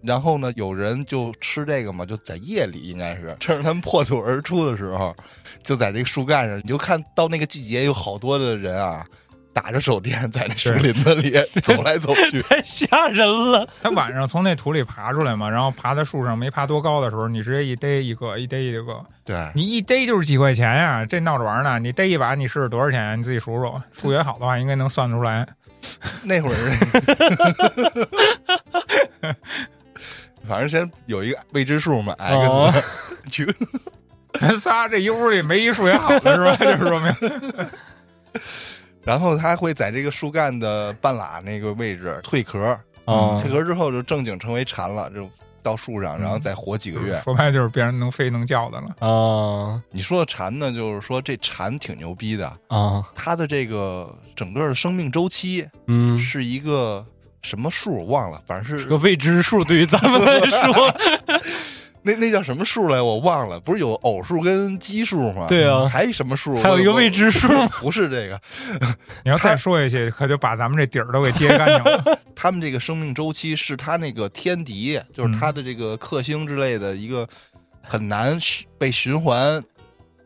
然后呢，有人就吃这个嘛，就在夜里应该是 [LAUGHS] 趁着他们破土而出的时候，就在这个树干上，你就看到那个季节有好多的人啊，打着手电在那树林子里走来走 [LAUGHS]。去太吓人了。他晚上从那土里爬出来嘛，然后爬到树上没爬多高的时候，你直接一逮一个，一逮一个，对，你一逮就是几块钱呀、这闹着玩呢。你逮一把，你试试多少钱、你自己数数，数学好的话应该能算得出来。 [LAUGHS] 那会儿， [LAUGHS] 反正先有一个未知数嘛，x，、哦 [LAUGHS] 去咱仨这一屋里没一数学好的是吧？ [LAUGHS] 就是说明然后他会在这个树干的半拉那个位置蜕壳，嗯啊蜕壳之后就正经成为蝉了，就到树嗯上，然后再活几个月。说白了就是变成能飞能叫的了。啊你说的蝉呢，就是说这蝉挺牛逼的，啊，它的这个整个的生命周期嗯，是一个什么数我忘了，反正这是个未知数对于咱们来 [LAUGHS] 说，那那叫什么数来我忘了，不是有偶数跟奇数吗？对啊还有什么数？还有一个我未知数，不是这个，你要再说下去，可就把咱们这底儿都给揭干净了。 [LAUGHS] 他们这个生命周期是他那个天敌，就是他的这个克星之类的一个很难循被循环，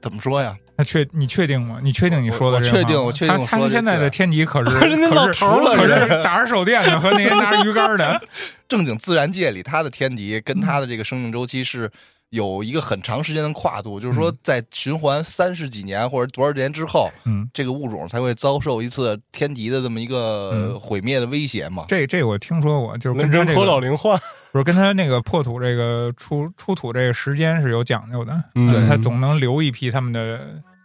怎么说呀？那确你确定吗？你确定你说的我这我个确定吗我确定我他说他的现在对的天敌可 [LAUGHS] 是那老可是头儿了可是打着手电的和那些拿着鱼竿 [LAUGHS] 的，正经自然界里，它的天敌跟它的这个生命周期是有一个很长时间的跨度，就是说在循环三十几年或者多少年之后，嗯，这个物种才会遭受一次天敌的这么一个嗯毁灭的威胁嘛。这这我听说过，就是跟他人这口老个龄化，不是跟他那个破土这个出出土这个时间是有讲究的，嗯他总能留一批他们的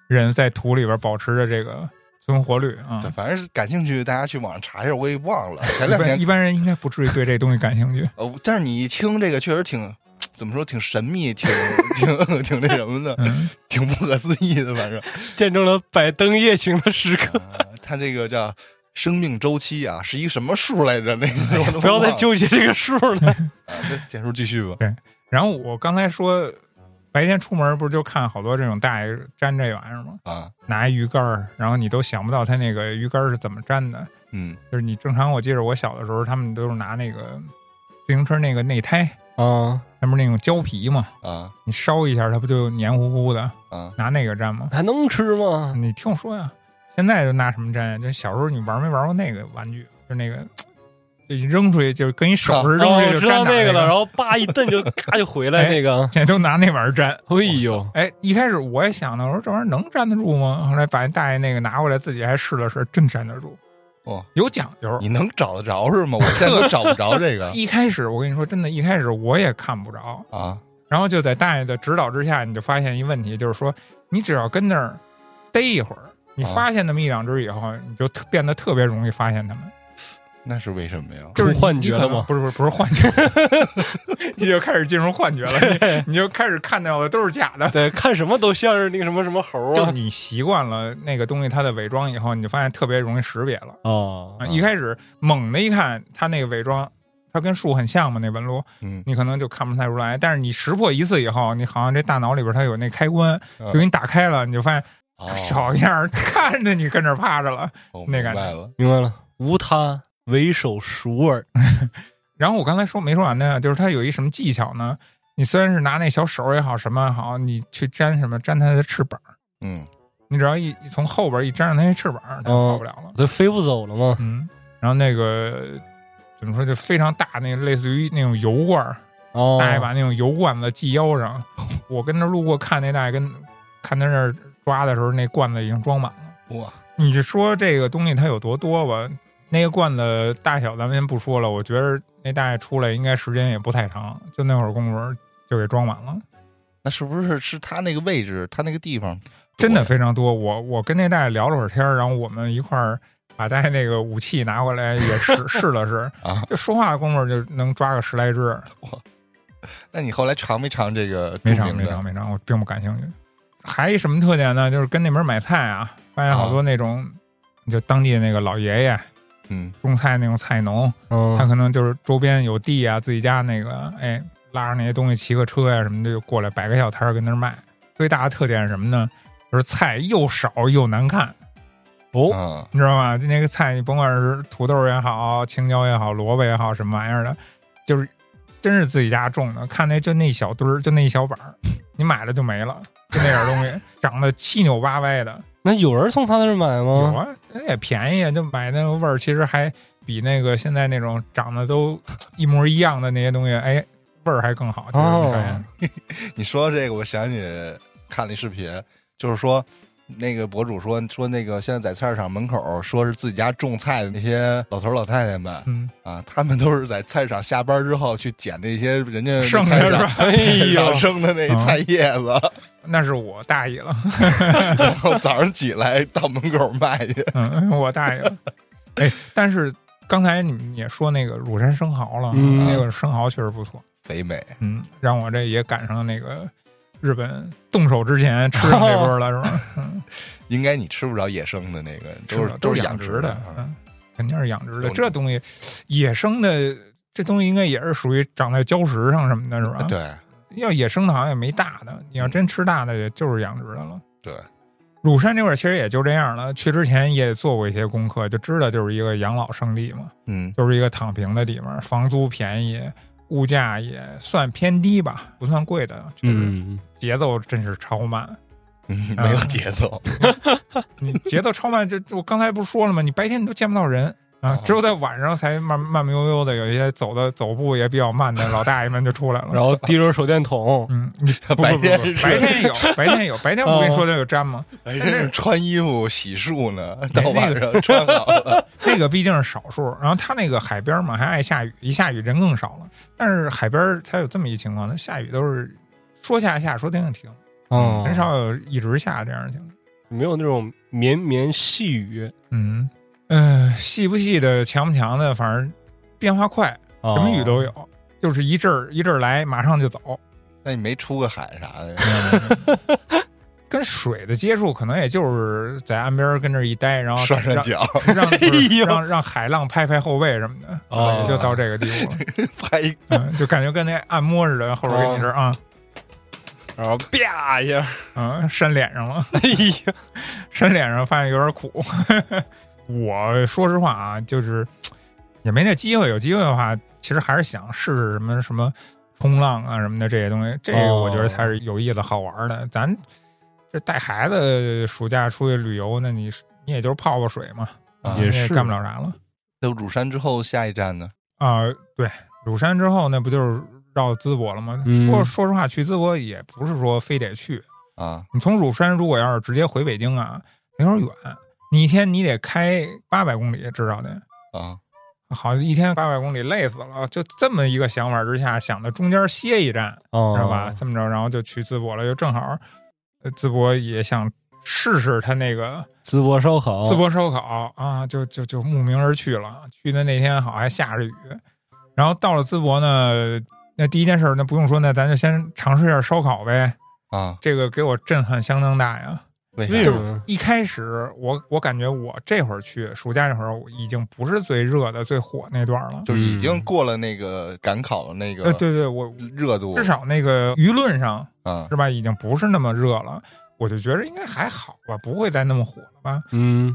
人在土里边保持着这个存活率啊。对，反正是感兴趣，大家去网上查一下，我也忘了前 [LAUGHS] 一两般天一。般人应该不至于对这东西感兴趣。呃，但是你一听这个，确实挺怎么说，挺神秘，挺挺 [LAUGHS] 挺那什么的，嗯，挺不可思议的。反 [LAUGHS] 正，见证了百灯夜行的时 [LAUGHS] 刻。呃它这个叫生命周期啊，是一什么数来着？那哎个我都不要再忘了纠结这个数了。啊那简叔继续吧。然后我刚才说白天出门不是就看好多这种大爷粘这玩意儿吗？啊，拿一鱼竿儿，然后你都想不到他那个鱼竿儿是怎么粘的。嗯就是你正常，我记着我小的时候，他们都是拿那个自行车那个内胎，啊，他们那种胶皮嘛，啊你烧一下，它不就黏糊糊的？啊，拿那个粘吗？ [LAUGHS] 还能吃 [LAUGHS] 吗？你听我说呀，现在都拿什么粘呀？就小时候你玩没玩过那个玩具？就那个，就一扔出去就跟一手似的哦扔出我去知就粘道哪儿那那个了，哎然后叭一蹬就咔就回来那个。现在都拿那玩意儿粘。哎呦，哎，一开始我也想呢，我说这玩意儿能粘得住吗？后来把大爷那个拿回来，自己还试了试，真粘得住，哦，有讲究。你能找得着是吗？我现在都找不着这 [LAUGHS] 个一开始我跟你说，真的，一开始我也看不着，啊，然后就在大爷的指导之下，你就发现一问题，就是说，你只要跟那儿逮一会儿，哦你发现那么一两只以后，你就特变得特别容易发现它们。那是为什么呀？就是出幻你觉你可了能吗不是不是不是幻觉， [LAUGHS] 你就开始进入幻觉了， [LAUGHS] 你你就开始看到的都是假的。对，看什么都像是那个什么什么猴就啊。你习惯了那个东西它的伪装以后，你就发现特别容易识别了。哦嗯啊，一开始猛的一看，它那个伪装，它跟树很像嘛，那纹路，嗯，你可能就看不太出来。但是你识破一次以后，你好像这大脑里边它有那开关，嗯就给你打开了，你就发现哦 [LAUGHS] [LAUGHS] 小样儿看着你跟这儿趴着了。我那明感觉白了。明白了，无他，唯手熟尔。然后我刚才说没说完呢，就是它有一什么技巧呢？你虽然是拿那小手也好，什么也好，你去粘什么粘它的翅膀，嗯，你只要一一从后边一粘上它那翅膀，它就哦跑不了了。这飞不走了吗？嗯，然后那个怎么说，就非常大，那个类似于那种油罐儿，哦，大爷把那种油罐子系腰上。我跟那儿路过看那大爷跟看他那儿抓的时候，那罐子已经装满了。哇，你就说这个东西它有多多吧？那个罐子大小咱们先不说了，我觉得那大爷出来应该时间也不太长，就那会儿功夫就给装满了，那是不是是他那个位置，他那个地方真的非常多。我我跟那大爷聊了会儿天儿，然后我们一块儿把大爷那个武器拿回来也试试了试，啊？就说话的功夫就能抓个十来只，那你后来尝没尝这个著没尝名没的尝没尝，我并不感兴趣。还一什么特点呢？就是跟那边买菜啊，发现好多那种、就当地那个老爷爷嗯，种菜那种菜农，他嗯，可能就是周边有地啊，自己家那个，哎，拉着那些东西骑个车呀、什么的就过来摆个小摊儿跟那儿卖。最大的特点是什么呢？就是菜又少又难看，哦，啊，你知道吗？就那个菜，你甭管是土豆也好，青椒也好，萝卜也好，什么玩意儿的，就是真是自己家种的，看那就那小堆儿，就那一小板儿， [LAUGHS] 你买了就没了， [LAUGHS] 就那点儿东西，长得七扭八歪的。那有人从他那儿买有吗？啊，那也便宜，就买那个味儿，其实还比那个现在那种长得都一模一样的那些东西，哎，味儿还更好。就是哦发现你说这个，我想起看了一视频，就是说那个博主说说那个现在在菜市场门口说是自己家种菜的那些老头老太太们嗯，啊，他们都是在菜市场下班之后去捡呃那些人家 [LAUGHS] 剩下菜市是 [LAUGHS] 场吧？哎 [LAUGHS] 呦，生的那菜叶子，那是我大意了， [LAUGHS] 然后早上起来到门口卖 [LAUGHS] 去。 [LAUGHS] 嗯，我大意了。哎，但是刚才你们也说那个乳山生蚝了，嗯那个生蚝确实不错，肥美，嗯，让我这也赶上那个日本动手之前吃上这波了，是吧？应该你吃不着野生的那 [LAUGHS] 个， [LAUGHS] 都是是的都是是养养殖殖啊嗯，肯定是养殖的。懂这东西野生的，这东西应该也是属于长在礁石上什么的，是吧？。啊对嗯要野生的，好像也没大的。你要真吃大的，也就是养殖的了。对，乳山这块儿其实也就这样了。去之前也做过一些功课，就知道就是一个养老圣地嘛，嗯， [LAUGHS] 就是一个躺平的地方，房租便宜，物价也算偏低吧，不算贵的。确实，嗯，节奏真是超慢。嗯没有啊节奏，你节奏超慢，这这我刚才不是说了吗？你白天你都见不到人啊哦，只有在晚上才慢慢慢悠悠的，有一些走的走步也比较慢的老大爷们就出来了。然后提着手电筒，嗯，你不不不不白天是白天有，白天有，白天我跟你说的有粘吗？哎，真是 [LAUGHS] 穿衣服洗漱呢，到那晚个上穿好了，那个毕竟是少数。然后他那个海边嘛，还爱下雨，一下雨人更少了。但是海边才有这么一情况，那下雨都是说下下，说停就停，嗯，很少有一直下这样的情况。没有那种绵绵细雨嗯，呃，细不细的，强不强的，反正变化快。啊，什么雨都有，就是一阵儿一阵儿来，马上就走。那你没出个海啥 [LAUGHS] 的呀？跟水的接触，可能也就是在岸边儿跟这儿一待，然后涮涮让脚，让不是呦让让海浪拍拍后背什么的，哦就到这个地步了， [LAUGHS] 拍 [LAUGHS] 一嗯，就感觉跟那按摩似的，后边给你这儿啊，然后啪一下，嗯，扇脸上了，哎呀，扇脸上发现有点苦。 [LAUGHS] 我说实话啊，就是也没那机会，有机会的话，其实还是想试试什么什么冲浪啊什么的这些东西，这个哦我觉得才是有意思好玩的。咱这带孩子暑假出去旅游，那你你也就是泡泡水嘛，啊也你也是干不了啥了那乳山之后下一站呢？啊、对，乳山之后那不就是绕淄博了吗？嗯说说实话，去淄博也不是说非得去，啊，你从乳山如果要是直接回北京啊，有点远，你一天你得开八百公里，知道的。啊，好，一天八百公里，累死了。就这么一个想法之下，想着中间歇一站，知知道哦吧？？这么着，然后就去淄博了，就正好，呃淄博也想试试他那个淄博烧烤，淄博烧烤啊，就就就慕名而去了。去的那天好还下着雨，然后到了淄博呢，那第一件事儿那不用说，那咱就先尝试一下烧烤呗。啊，这个给我震撼相当大呀。为为啥什？么？一开始我我感觉我这会儿去暑假那会儿，我已经不是最热的、最火那段了。就是已经过了那个赶考的那嗯呃，个对对，我热度，至少那个舆论上啊，是吧，已经不是那么热了。我就觉得应该还好吧，不会再那么火了吧？嗯，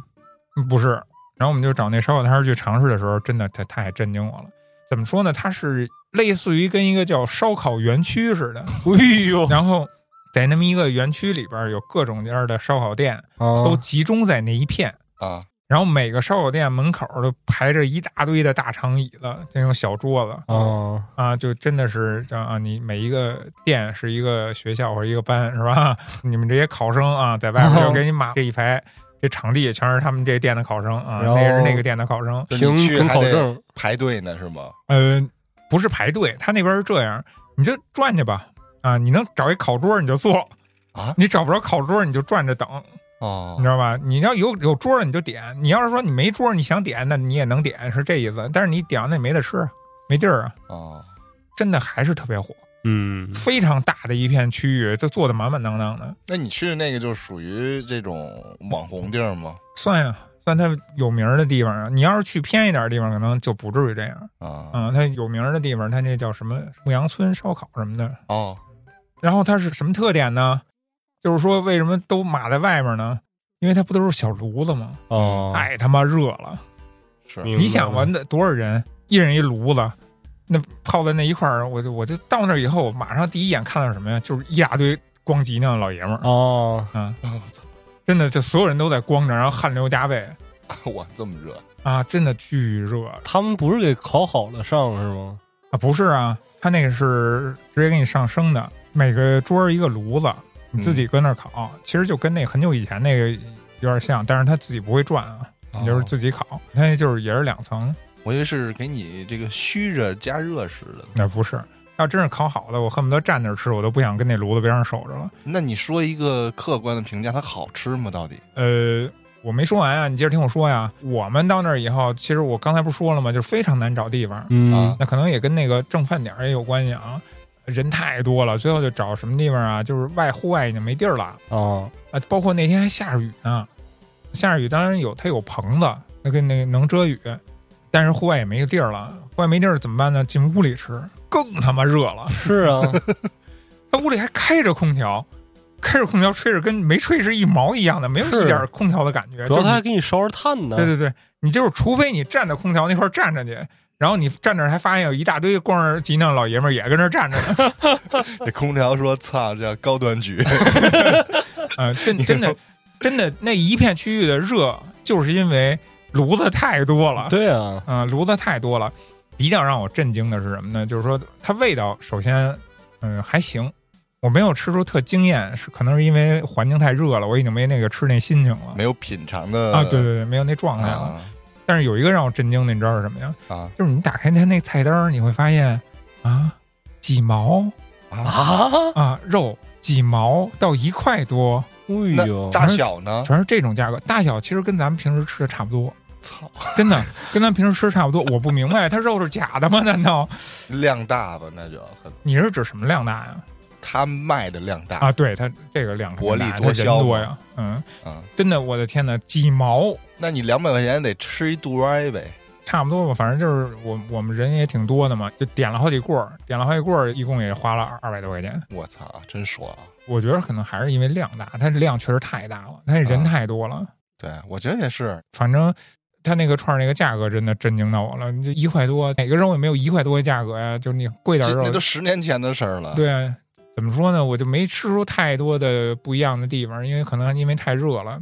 嗯不是，然后我们就找那烧烤摊儿去尝试的时候，真的太太震惊我了。怎么说呢？它是类似于跟一个叫烧烤园区似 [LAUGHS] 的，哎呦，然后在那么一个园区里边儿有各种各样的烧烤店，都嗯都集中在那一片。啊，然后每个烧烤店门口都排着一大堆的大长椅子，那种小桌子哦，啊，就真的是这样啊，你每一个店是一个学校或者一个班是吧？ [LAUGHS] 你们这些考生啊，在外边哦就给你码这一排，这场地也全是他们这店的考生啊，然后那也是那个店的考生，就凭你去准还考得证排队呢是吗？呃，不是排队，他那边是这样，你就转去吧啊，你能找一烤桌你就坐啊你找不着烤桌你就转着等，哦你知，道吧？你要有有桌了你就点，你要是说你没桌你想点，那你也能点，是这意思。但是你点完那也没得吃，没地儿啊，哦，真的还是特别火，嗯，非常大的一片区域都做的满满当当的，那你去的那个就属于这种网红地儿吗？算呀。算它有名儿的地方啊，你要是去偏一点儿的地方，可能就不至于这样。啊，嗯，它有名儿的地方，它那叫什么牧羊村烧烤什么的。哦，然后它是什么特点呢？就是说为什么都码在外面呢？因为它不都是小炉子吗？哦，太他妈热了，是明白你想吧，了那多少人，一人一炉子，那泡在那一块儿，我就我就到那儿以后，我马上第一眼看到什么呀？就是一大堆光脊梁的老爷们儿，哦，我操，真的就所有人都在光着，然后汗流浃背 [LAUGHS] 我这么热，啊，真的巨热他们不是给烤好了上是吗？啊！不是啊，他那个是直接给你上升的，每个桌儿一个炉子，你自己搁那儿嗯烤，其实就跟那很久以前那个有点像，但是他自己不会转啊，哦你就是自己烤，他那就是也是两层，我以为是给你这个虚着加热似的。那不是。要真是烤好的，我恨不得站那儿吃，我都不想跟那炉子边上守着了。那你说一个客观的评价，它好吃吗？到底？呃，我没说完啊，你接着听我说呀。我们到那儿以后，其实我刚才不是说了吗？就是非常难找地方，嗯啊那可能也跟那个正饭点儿也有关系啊。人太多了，最后就找什么地方啊？就是外户外已经没地儿了啊，啊。包括那天还下着雨呢，下着雨当然有它有棚子，那个那个能遮雨，但是户外也没地儿了。户外没地儿怎么办呢？进屋里吃，更他妈热了。是啊，他屋里还开着空调，开着空调吹着跟没吹是一毛一样的，没有是一点空调的感觉。主要就是他还给你烧着嗯炭呢对。对对，你就是除非你站在空调那块儿站着去，然后你站那儿还发现有一大堆光着脊梁老爷们儿也跟那儿站着 [LAUGHS] 呢。这空调说：“操，这高端局。呃，真真的真的那一片区域的热，就是因为炉子太多了。对啊，啊、炉子太多了。比较让我震惊的是什么呢？就是说它味道，首先，嗯，还行，我没有吃出特惊艳，是可能是因为环境太热了，我已经没那个吃那心情了”没有品尝的啊。对对对，没有那状态了。啊但是有一个让我震惊的，你知道是什么呀？啊就是你打开它那菜单儿，你会发现啊，几毛啊！啊，啊，肉几毛到一块多，哎呦那，大小呢？全是这种价格，大小其实跟咱们平时吃的差不多， [LAUGHS] 操，真的跟咱平时吃的差不多。我不明白，它肉是假的吗？难道 [LAUGHS] 量大吧？那就很你是指什么量大呀？他卖的量大啊，对，它这个量肯定薄利大它多人销多嘛呀，嗯，啊！真的，我的天哪，几毛那你两百块钱得吃一肚歪呗？差不多吧，反正就是我我们人也挺多的嘛，就点了好几棍儿，点了好几棍儿，一共也花了二百多块钱。我操，真爽！我觉得可能还是因为量大，它量确实太大了，它人啊太多了。对我觉得也是，反正它那个串儿那个价格真的震惊到我了，你这一块多，哪个肉也没有一块多的价格呀，就是你贵点这儿那肉都，十年前的事儿了。对啊。怎么说呢？我就没吃出太多的不一样的地方，因为可能因为太热了。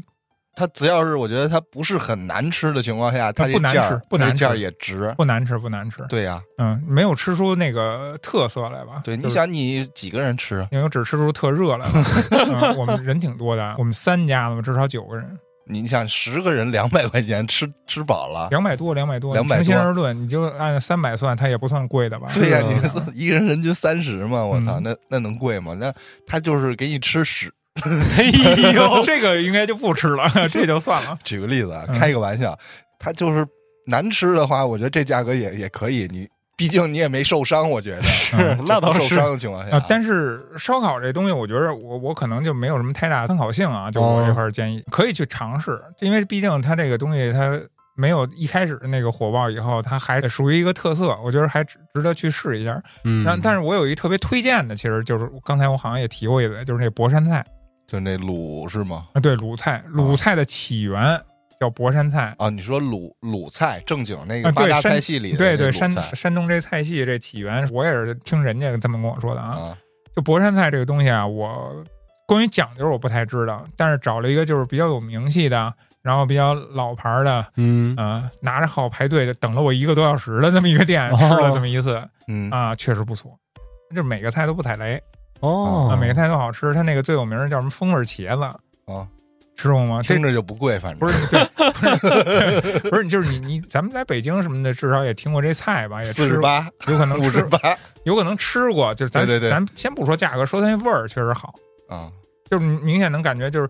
它只要是我觉得它不是很难吃的情况下，它它这不难价儿吃不难它这价儿吃也值。不难吃，不难吃。对呀、嗯，没有吃出那个特色来吧？对，就你是，想你几个人吃啊？因为我只吃出特热来 [LAUGHS] 了、嗯。我们人挺多的，我们三家的嘛，至少九个人，你想十个人两百块钱吃吃饱了，两百多，两百多， 200多平心而论，你就按三百算，它也不算贵的吧？对呀、是啊你说一个人人均三十嘛，我操，嗯那那能贵吗？那他就是给你吃屎。哎 [LAUGHS] 呦，这个应该就不吃了，这就算 [LAUGHS] 了。举个例子啊，嗯开个玩笑，他就是难吃的话，我觉得这价格也也可以。你毕竟你也没受伤，我觉 [LAUGHS] 得是就那倒不受是伤的情况下，嗯啊，但是烧烤这东西，我觉得我我可能就没有什么太大参考性啊，就哦我这块儿建议、可以去尝试，因为毕竟它这个东西它没有一开始那个火爆，以后它还属于一个特色，我觉得还值值得去试一下。嗯然后，但是我有一特别推荐的，其实就是刚才我好像也提过一次，就是那博山菜就那卤是吗？啊，对，鲁菜，鲁菜的起源叫博山菜，啊，你说鲁鲁菜正经那个啊对八大山菜系里的对那对，鲁山菜山东这菜系这起源，我也是听人家这么跟我说的啊。啊，就博山菜这个东西啊，我关于讲究我不太知道，但是找了一个就是比较有名气的，然后比较老牌儿的，嗯呃，拿着号排队的，等了我一个多小时的那么一个店，哦吃了这么一次嗯啊，确实不错。就是每个菜都不踩雷哦啊，，每个菜都好吃。它那个最有名的叫什么风味茄子，啊，吃过吗？这听着就不贵，反正不是对，不是 [LAUGHS] 不是，就是你你咱们在北京什么的，至少也听过这菜吧？也四吃十，八、有可能五十吃，八有可能吃过。就是咱对对对咱先不说价格，说它那味儿确实好。啊，就是明显能感觉就是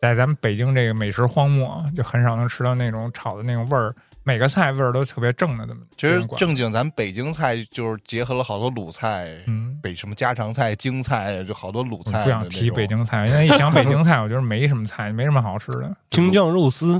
在咱们北京这个美食荒漠，就很少能吃到那种炒的那种味儿，每个菜味儿都特别正的。这么其实这种馆正经咱北京菜就是结合了好多鲁菜，嗯，北什么家常菜、京菜，就好多鲁我菜。嗯不想提北，京菜，因为一想北京菜，我觉得没什么菜，没什么好吃的。京酱肉丝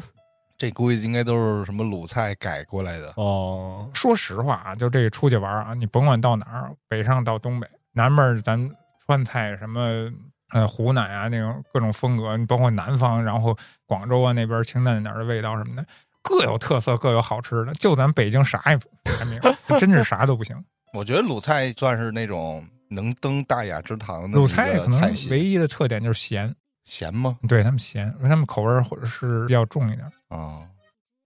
这估计应该都是什么鲁菜改过来的。哦，说实话啊，就这出去玩儿啊，你甭管到哪儿，北上到东北，南边儿咱川菜什么。呃，湖南啊，那种各种风格，你包括南方，然后广州啊那边儿清淡一点儿的味道什么的，各有特色，各有好吃的。就咱北京啥也不还没有，真是啥都不行。我觉得鲁菜算是那种能登大雅之堂的鲁一菜个可能菜系唯一的特点就是咸，咸吗？对他们咸，他们口味儿或者是比较重一点，啊、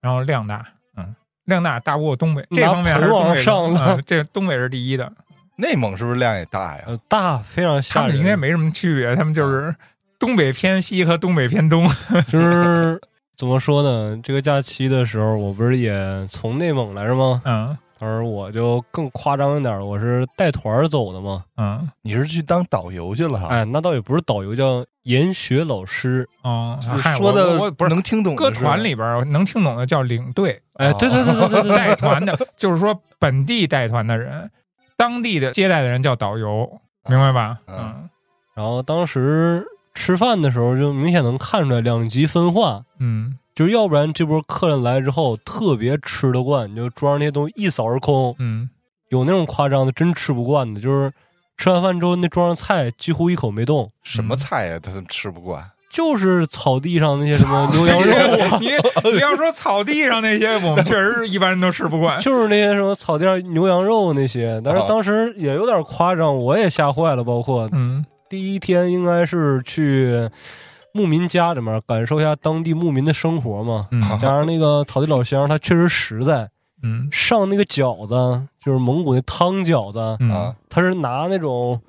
然后量大，嗯，量大大不过东北，拿这方面还是盆往东北上了，了嗯这东北是第一的，内蒙是不是量也大呀？呃大非常他吓们人，应该没什么区别，他们啊就是东北偏西和东北偏东，就是怎么说呢？ [LAUGHS] 这个假期的时候，我不是也从内蒙来着吗？嗯当时我就更夸张一点，我是带团儿走的嘛。嗯你是去当导游去了哈？哎，那倒也不是导游，叫研学老师。哦就，是嗨说我的我我不是能听懂的歌是团里边儿能听懂的叫领队，哎，对对对对对对带团的，就是说本地带团的人，当地的接待的人叫导游，明白吧？啊嗯嗯然后当时吃饭的时候，就明显能看出来两极分化，嗯就是要不然这波客人来之后特别吃得惯，你就桌上那些东西一扫而空；嗯，。有那种夸张的，真吃不惯的，就是吃完饭之后那桌上菜几乎一口没动，什么菜呀、他怎么吃不惯？就是草地上那些什么牛羊肉啊你你要说草地上那些，我们确实是一般人都吃 [LAUGHS] 不惯。就是那些什么草地上牛羊肉那些，但是啊当时也有点夸张，我也吓坏了。包括嗯第一天应该是去牧民家里面感受一下当地牧民的生活嘛，嗯加上那个草地老乡他确实实在，嗯上那个饺子就是蒙古那汤饺子，嗯啊他是拿那种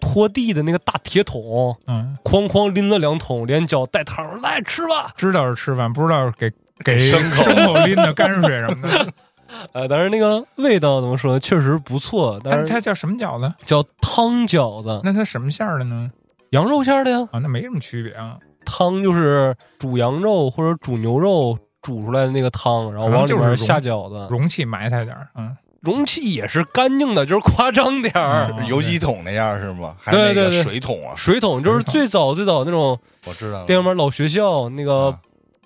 拖地的那个大铁桶，嗯，哐哐拎了两桶，连饺带汤，来吃吧。知道是吃饭，不知道是给给牲口牲口拎的泔水什么的。呃，但是那个味道怎么说，确实不错，它但是它叫什么饺子？叫汤饺子，那它什么馅儿的呢？羊肉馅儿的呀。啊，那没什么区别啊，汤就是煮羊肉或者煮牛肉煮出来的那个汤，然后往里面下饺子，容器埋汰点儿。嗯，容器也是干净嗯的，就是夸张点儿。嗯油鸡桶那样是吗？还有那对对个对水桶啊，水桶就是最早最早那种我知道了。电影老学校那个呃啊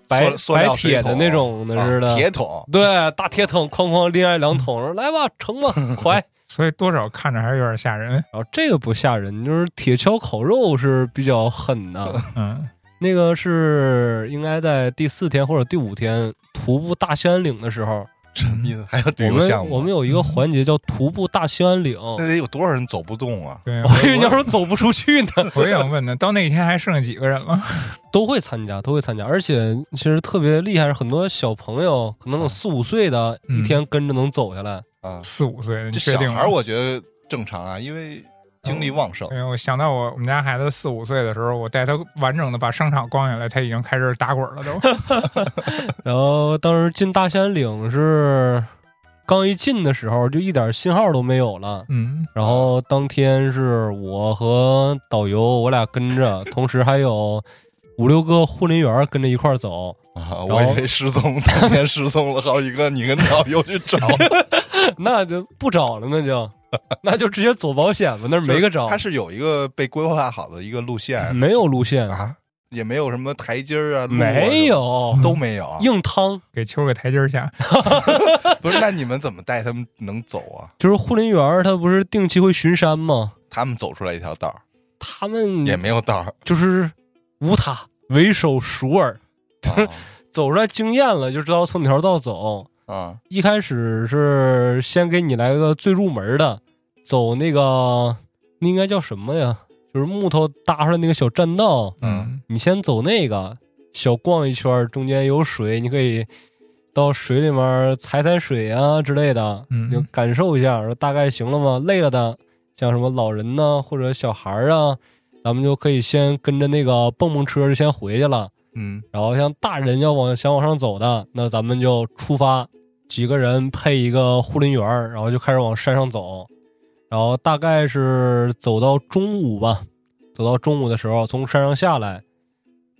白塑料白铁的那种的啊似的，铁桶，对，大铁桶哐哐拎来两桶，说来吧，盛 [LAUGHS] 吧，快。所以多少看着还是有点吓人。然后这个不吓人，就是铁锹烤肉是比较狠的， [LAUGHS] 嗯那个是应该在第四天或者第五天徒步大兴安岭的时候，什么嗯意思？还有旅我游项们我目，们有一个环节叫徒步大兴安岭，那得有多少人走不动啊？对， [LAUGHS] 我以为你要说走不出去 [LAUGHS] 呢， [LAUGHS] 我也想问呢，到那一天还剩下几个人了？ [LAUGHS] 都会参加，都会参加，而且其实特别厉害，是很多小朋友，可能有四五岁的，嗯一天跟着能走下来。啊，四五岁的，你这确小定孩吗儿？我觉得正常啊，因为精力旺盛因为我想到我我们家孩子四五岁的时候，我带他完整的把商场逛下来，他已经开始打滚了都。然后当时进大兴安岭是刚一进的时候，就一点信号都没有了。嗯然后当天是我和导游，我俩跟着，同时还有五六个护林员跟着一块儿走。啊。然后我以为失踪，当天失踪了好几个，你跟导游去找， [LAUGHS] 那就不找了，那就那就直接走保险吧，那儿没个嗯找他，是有一个被规划好的一个路线没有路线，啊，也没有什么台阶儿啊，路啊没有什么，都没有啊。硬汤给秋儿个台阶儿下。不是，那你们怎么带他们能走啊？就是护林员儿，他不是定期会巡山吗？他们走出来一条道儿，他们也没有 [LAUGHS] 道儿，就是无他，唯手熟耳，啊走出来经验了就知道从哪条道走。啊，一开始是先给你来个最入门的，走那个那应该叫什么呀？就是木头搭出来那个小栈道，嗯你先走那个，小逛一圈儿，中间有水，你可以到水里面踩踩水啊之类的，嗯就感受一下，说大概行了吗？累了的，像什么老人呐、或者小孩儿啊，咱们就可以先跟着那个蹦蹦车就先回去了。嗯，然后像大人要往想往上走的，那咱们就出发，几个人配一个护林员儿，然后就开始往山上走，然后大概是走到中午吧，走到中午的时候从山上下来。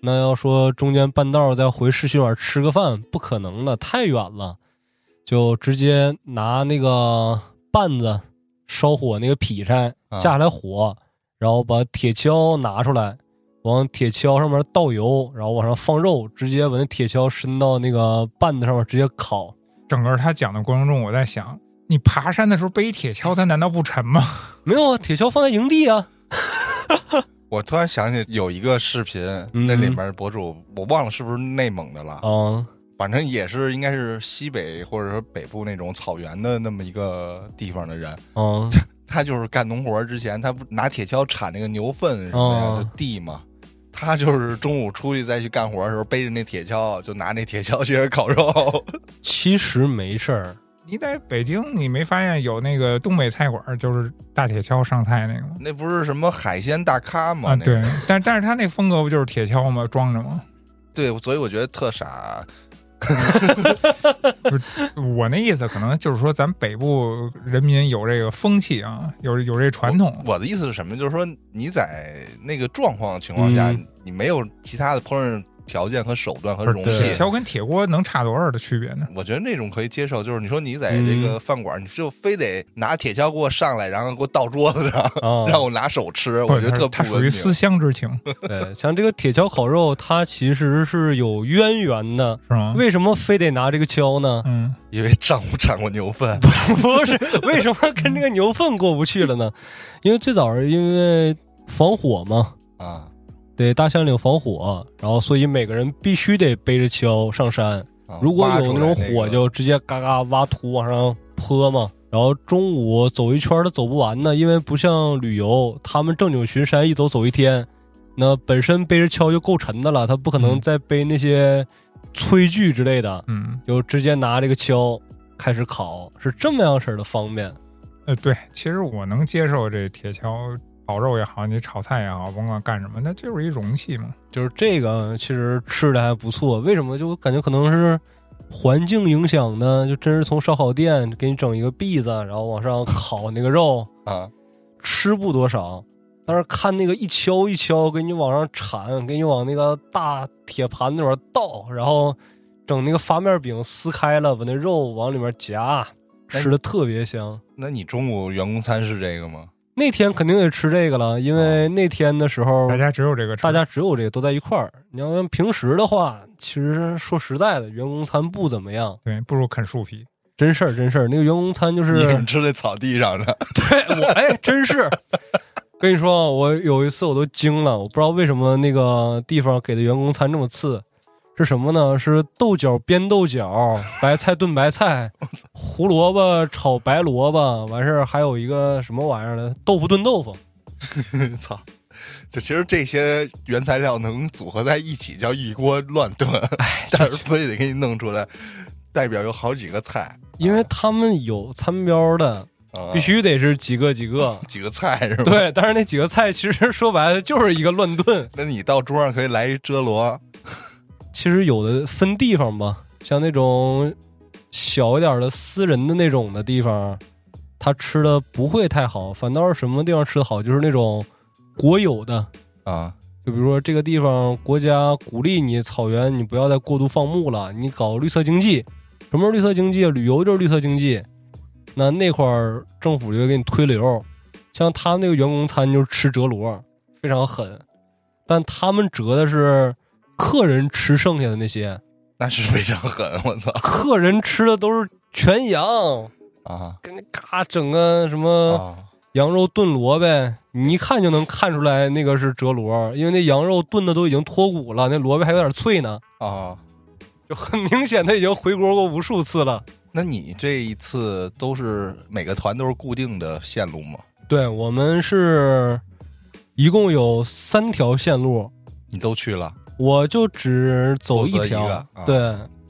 那要说中间半道儿再回市区里面吃个饭，不可能的，太远了，就直接拿那个绊子烧火那个劈柴啊架下来火，然后把铁锹拿出来，往铁锹上面倒油，然后往上放肉，直接把那铁锹伸到那个bàn子上面直接烤。整个他讲的过程中，我在想，你爬山的时候背一铁锹，它难道不沉吗？ [LAUGHS] 没有啊，铁锹放在营地啊。我突然想起有一个视频，嗯那里面博主我忘了是不是内蒙的了，嗯，反正也是应该是西北或者说北部那种草原的那么一个地方的人，嗯，他就是干农活之前，他不拿铁锹铲那个牛粪什么的呀，哦就地嘛。他就是中午出去再去干活的时候，背着那铁锹，就拿那铁锹去人烤 [LAUGHS] 肉。其实没事儿，你在北京，你没发现有那个东北菜馆，就是大铁锹上菜那个吗？那不是什么海鲜大咖吗？啊，那个 [LAUGHS] 对，但但是他那风格不就是铁锹吗？装着吗？对，所以我觉得特傻。我那意思可能就是说，咱北部人民有这个风气啊，有有这传统。我的意思是什么？就是说你在那个状况情况下，嗯你没有其他的烹饪条件和手段和不容是器铁，锹跟铁锅能差多少的区别呢？我觉得那种可以接受。就是你说你在嗯这个饭馆，你就非得拿铁锹给我上来，然后给我倒桌子上，啊，呃 [LAUGHS] 让我拿手吃，不我是，觉得它特它不属文于明。思乡之情，对，像这个铁锹烤肉，它其实是有渊源的。是嗯吗？？[LAUGHS] 为什么非得拿这个锹呢 [LAUGHS] 嗯，因为丈夫产过牛粪，不是，为什么跟这个牛粪过不去了呢？因为最早是因为防火嘛，啊对，大兴岭防火，然后所以每个人必须得背着锹上山。啊，如果挖有出那来那种火，就直接嘎嘎挖土往上泼嘛。然后中午走一圈儿都走不完呢，因为不像旅游，他们正经巡山一走走一天，那本身背着锹就够沉的了，他不可能嗯再背那些炊具之类的，嗯，就直接拿这个锹开始烤，是这么样式儿的方便。呃，对，其实我能接受这铁锹烤肉也好，你炒菜也好，甭管干什么，它就是一容器嘛。就是这个其实吃的还不错，为什么？就感觉可能是环境影响呢，就真是从烧烤店给你整一个篦子，然后往上烤那个肉，啊，吃不多少，但是看那个一敲一敲，给你往上铲，给你往那个大铁盘子里边倒，然后整那个发面饼撕开了，把那肉往里面夹，哎吃的特别香。那你中午员工餐是这个吗？那天肯定得吃这个了，因为那天的时候哦大家只有这个吃，大家只有这个都在一块儿。你要平时的话，其实说实在的，员工餐不怎么样，对，不如啃树皮。真事儿真事儿。那个员工餐就是你是吃在草地上的， [LAUGHS] 对我 [LAUGHS] 哎，真是。跟你说，啊我有一次我都惊了，我不知道为什么那个地方给的员工餐这么次，是什么呢？是豆角煸豆角，白菜炖白菜，胡萝卜炒白萝卜，完事儿还有一个什么玩意儿的豆腐炖豆腐。操！就其实这些原材料能组合在一起叫一锅乱炖，哎 [LAUGHS] 但是非得给你弄出来，代表有好几个菜，因为他们有餐标的，啊必须得是几个几个。几个菜 [LAUGHS] 是吧？，对，但是那几个菜其实说白了就是一个乱炖。那你到桌上可以来一遮罗，其实有的分地方吧，像那种小一点的私人的那种的地方，他吃的不会太好，反倒是什么地方吃的好，就是那种国有的，啊，就比如说这个地方国家鼓励你草原，你不要再过度放牧了，你搞绿色经济。什么是绿色经济？啊旅游就是绿色经济。那那块儿政府就给你推流，像他们那个员工餐就是吃折螺，非常狠。但他们折的是客人吃剩下的那些，那是非常狠，我操客人吃的都是全羊，啊跟那嘎整个什么啊！羊肉炖萝卜，你一看就能看出来那个是折螺，因为那羊肉炖的都已经脱骨了，那萝卜还有点脆呢，啊，就很明显它已经回锅过无数次了。那你这一次都是每个团都是固定的线路吗？对我们是一共有三条线路，你都去了我就只走一都走一条。个啊对，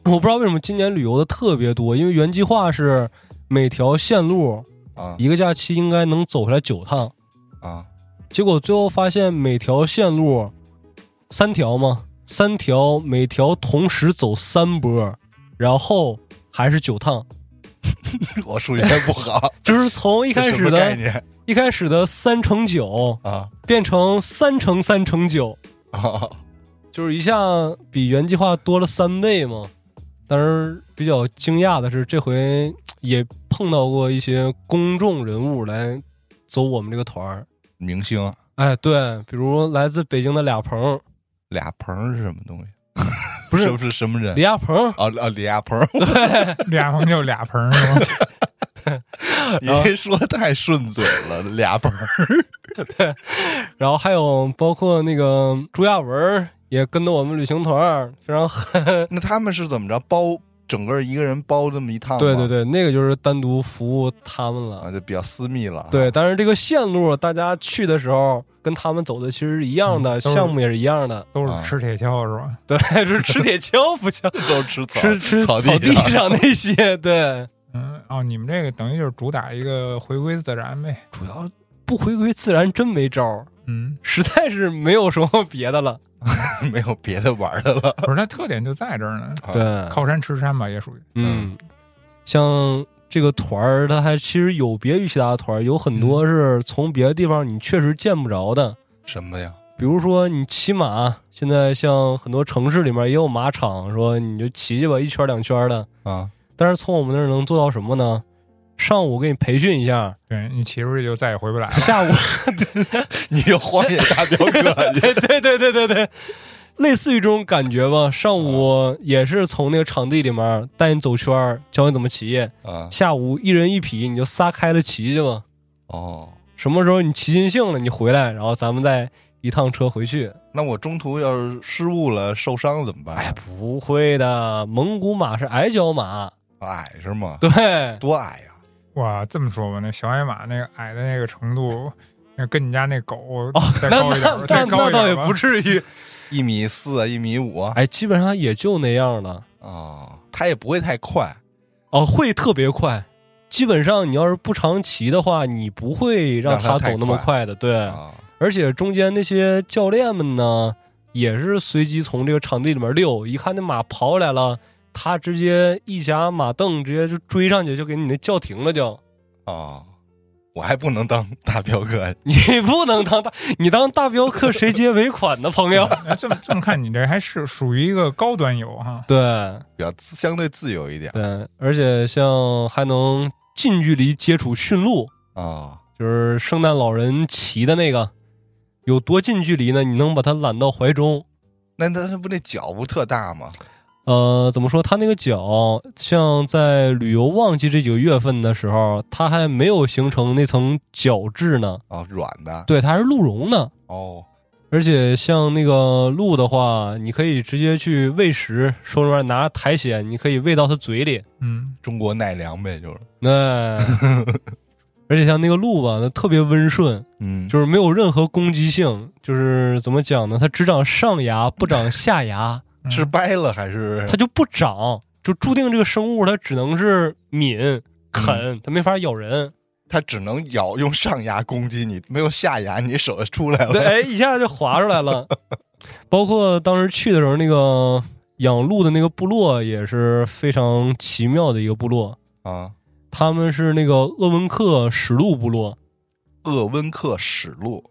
我不知道为什么今年旅游的特别多，因为原计划是每条线路啊一个假期应该能走下来九趟，啊！ [LAUGHS] 结果最后发现每条线路三条嘛，三条每条同时走三波，然后还是九趟，我数学不好，就是从 [LAUGHS] 一一开始概的念一开始的三乘九啊变成三乘三乘九，啊！就是一下比原计划多了三倍嘛。但是比较惊讶的是，这回也碰到过一些公众人物来走我们这个团儿。明星哎，对，比如来自北京的俩鹏儿，俩鹏是什么东西？ [LAUGHS] 不是是不是什么人李？亚鹏儿，啊啊！李亚鹏，俩盆就俩盆是吗？ [LAUGHS] 你啊这说太顺嘴了，俩鹏然后还有包括那个朱亚文儿也跟着我们旅行团儿，非常狠。那他们是怎么着包整个一个人包这么一趟吗？对对对，那个就是单独服务他们了啊，。就比较私密了。对，但是这个线路大家去的时候跟他们走的其实是一样的，嗯都是项目也是一样的。 [LAUGHS] 都啊是吃铁锹是吧？对，就是吃铁锹不像都吃草吃吃草地地上上那些。 [LAUGHS] 对，嗯，哦，你们这个等于就是主打一个回归自然呗。主要不回归自然真没招儿，嗯，实在是没有什么别的了。没有别的玩的了。不是，它特点就在这儿呢，啊对，靠山吃山吧，也属于。嗯，像这个团儿，它还其实有别于其他团儿，有很多是从别的地方你确实见不着的。什么呀？比如说你骑马，现在像很多城市里面也有马场，说你就骑去吧，一圈儿两圈儿的。啊，但是从我们那儿能做到什么呢？上午给你培训一下， [LAUGHS] 对你骑出去就再也回不来了。下午 [LAUGHS] [LAUGHS] 你有荒野大镖客 [LAUGHS] 你对对对对对，类似于这种感觉吧。上午也是从那个场地里面带你走圈儿，教你怎么骑。啊？下午一人一匹，你就撒开了骑去吧。哦，什么时候你骑尽兴了，你回来，然后咱们再一趟车回去。那我中途要是失误了受伤怎么办？啊哎，不会的，蒙古马是矮脚马，矮是吗？对，多矮啊呀？哇，这么说吧，那小矮马那个矮的那个程度，那跟你家那狗哦再那高一点儿，那那再高那一倒点也儿吧不至于。一米四啊，一米五啊？哎，基本上也就那样了。哦，他也不会太快。哦，会特别快。基本上你要是不常骑的话，你不会让让它它太走那么快快的。对，啊，而且中间那些教练们呢，也是随机从这个场地里面溜，一看那马跑起来了，他直接一夹马凳，直接就追上去，就给你那叫停了就。哦，我还不能当大镖客， [LAUGHS] 你不能当大，你当大镖客谁接尾款呢，朋 [LAUGHS] 友？那哎这么这么看，你这还是属于一个高端游哈。 [LAUGHS] 对比较自相对自由一点对，而且像还能近距离接触驯鹿，啊。就是圣诞老人骑的那个，有多近距离呢？你能把它揽到怀中。那他他不那脚不特大吗？呃，怎么说？它那个脚，像在旅游旺季这几个月份的时候，它还没有形成那层角质呢。哦，软的对，它还是鹿茸呢。哦，而且像那个鹿的话，你可以直接去喂食，手里面拿着苔藓，你可以喂到它嘴里。嗯，中国奈良呗，就是那，而且像那个鹿吧，它特别温顺，嗯，就是没有任何攻击性。就是怎么讲呢？它只长上牙，不长下牙，嗯是掰了还是它就不长，就注定这个生物它只能是抿啃，它没法咬人。它只能咬用上牙攻击你，没有下牙，你手就出来 [LAUGHS] 对，了。哎，一下就滑出来了。 [LAUGHS] 包括当时去的时候，那个养鹿的那个部落也是非常奇妙的一个部落，啊，他们是那个鄂温克史鹿部落，鄂温克史鹿，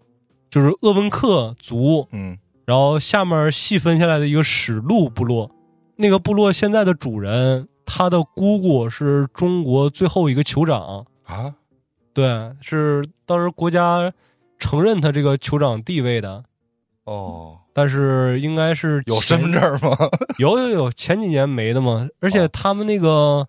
就是鄂温克族，嗯，然后下面细分下来的一个史鹿部落。那个部落现在的主人，他的姑姑是中国最后一个酋长，啊，对，是当时国家承认他这个酋长地位的，哦，但是应该是有前身份证吗？有有有，前几年没的嘛。而且哦他们那个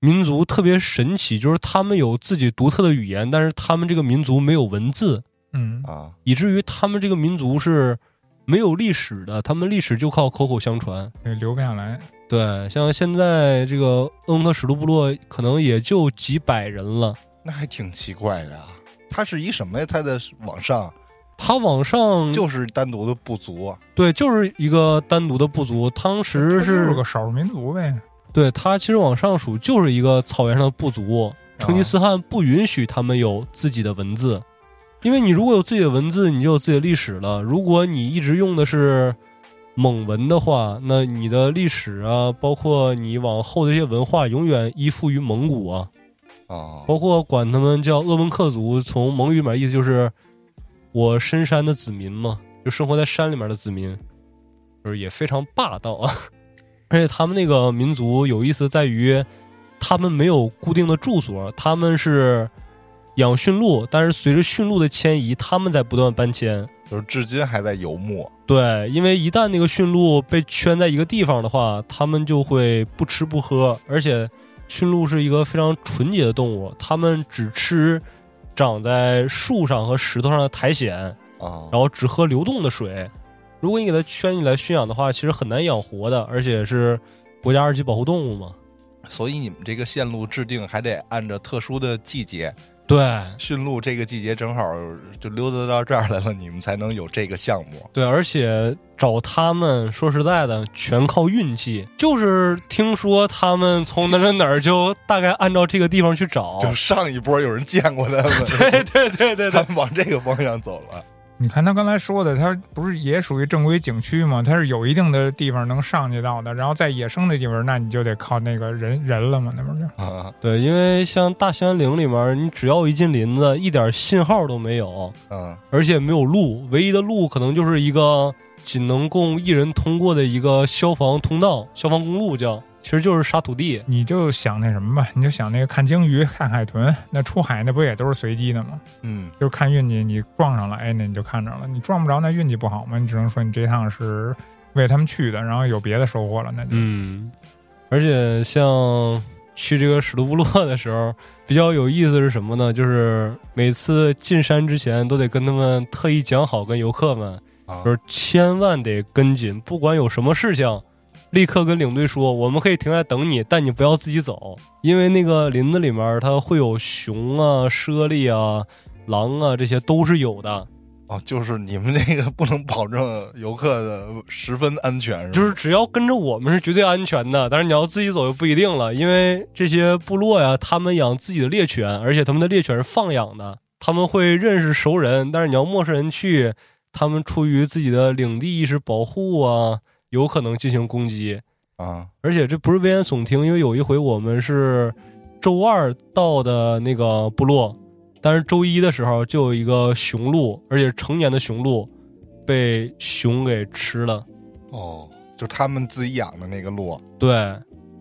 民族特别神奇，就是他们有自己独特的语言，但是他们这个民族没有文字，嗯，啊，以至于他们这个民族是没有历史的，他们历史就靠口口相传。这留不下来。对，像现在这个恩克史鲁部落可能也就几百人了，那还挺奇怪的啊。它是一什么呀？它的往上他往上就是单独的部族啊，对，就是一个单独的部族。当时它就是个少数民族呗。对他其实往上数就是一个草原上的部族，成吉思汗不允许他们有自己的文字，因为你如果有自己的文字，你就有自己的历史了。如果你一直用的是蒙文的话，那你的历史啊，包括你往后的这些文化，永远依附于蒙古啊。哦，包括管他们叫鄂温克族，从蒙语里面意思就是我深山的子民嘛，就生活在山里面的子民，就是也非常霸道啊。 [LAUGHS] 而且他们那个民族有意思在于，他们没有固定的住所，他们是养驯鹿，但是随着驯鹿的迁移，他们在不断搬迁。就是至今还在游牧。啊对，因为一旦那个驯鹿被圈在一个地方的话，它们就会不吃不喝，而且驯鹿是一个非常纯洁的动物，它们只吃长在树上和石头上的苔藓，啊然后只喝流动的水。如果你给它圈起来驯养的话，其实很难养活的，而且是国家二级保护动物嘛。所以你们这个线路制定还得按照特殊的季节，对驯鹿这个季节正好就溜达到这儿来了，你们才能有这个项目。对，而且找他们说实在的，全靠运气。就是听说他们从哪儿哪儿就大概按照这个地方去找，就上一波有人见过他 [LAUGHS] 们，对对对对他对，们往这个方向走了。你看他刚才说的，他不是也属于正规景区吗？他是有一定的地方能上去到的，然后在野生的地方，那你就得靠那个人人了嘛，那不是？啊， [LAUGHS] 对，因为像大兴安岭里面，你只要一进林子，一点信号都没有，嗯，而且没有路，唯一的路可能就是一个仅能供一人通过的一个消防通道、消防公路叫，其实就是沙土地。你就想那什么吧，你就想那个看鲸鱼、看海豚，那出海那不也都是随机的吗？嗯，就是看运气，你撞上了，哎，那你就看着了；你撞不着，那运气不好嘛，你只能说你这趟是为他们去的，然后有别的收获了，那就。嗯，而且像去这个史都部落的时候，比较有意思是什么呢？就是每次进山之前都得跟他们特意讲好，跟游客们啊就是千万得跟紧，不管有什么事情，立刻跟领队说，我们可以停下来等你，但你不要自己走，因为那个林子里面它会有熊啊、猞猁啊、狼啊，这些都是有的。哦，就是你们这个不能保证游客的十分安全，就是是只要跟着我们是绝对安全的，但是你要自己走就不一定了，因为这些部落呀，他们养自己的猎犬，而且他们的猎犬是放养的，他们会认识熟人，但是你要陌生人去，他们出于自己的领地意识保护啊，有可能进行攻击，吧啊，而且这不是危言耸听，因为有一回我们是周二到的那个部落，但是周一的时候就有一个雄鹿，而且成年的雄鹿被熊给吃了，哦，就是他们自己养的那个鹿，对。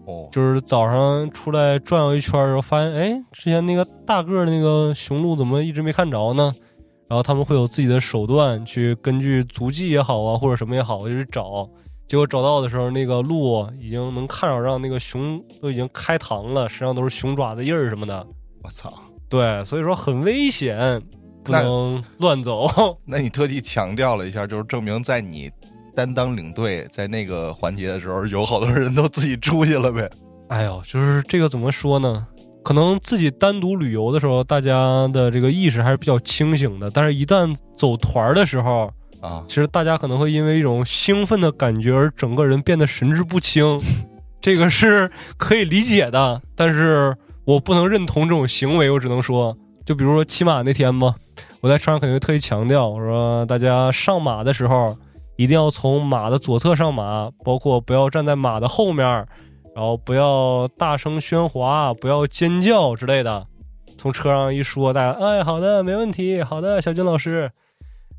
哦，就是早上出来转悠一圈儿的时候，发现哎，之前那个大个儿的那个雄鹿怎么一直没看着呢？然后他们会有自己的手段去根据足迹也好啊，或者什么也好，就去找。结果找到的时候，那个鹿已经能看着，让那个熊都已经开膛了，身上都是熊爪子印儿什么的。我操！对，所以说很危险，不那能乱走。那你特地强调了一下，就是证明在你担当领队在那个环节的时候，有好多人都自己出去了呗。哎呦，就是这个怎么说呢？可能自己单独旅游的时候，大家的这个意识还是比较清醒的，但是一旦走团儿的时候，啊，其实大家可能会因为一种兴奋的感觉而整个人变得神志不清，这个是可以理解的。但是我不能认同这种行为，我只能说，就比如说骑马那天吧，我在车上肯定会特意强调，我说大家上马的时候一定要从马的左侧上马，包括不要站在马的后面，然后不要大声喧哗，不要尖叫之类的。从车上一说，大家哎，好的，没问题，好的，小军老师。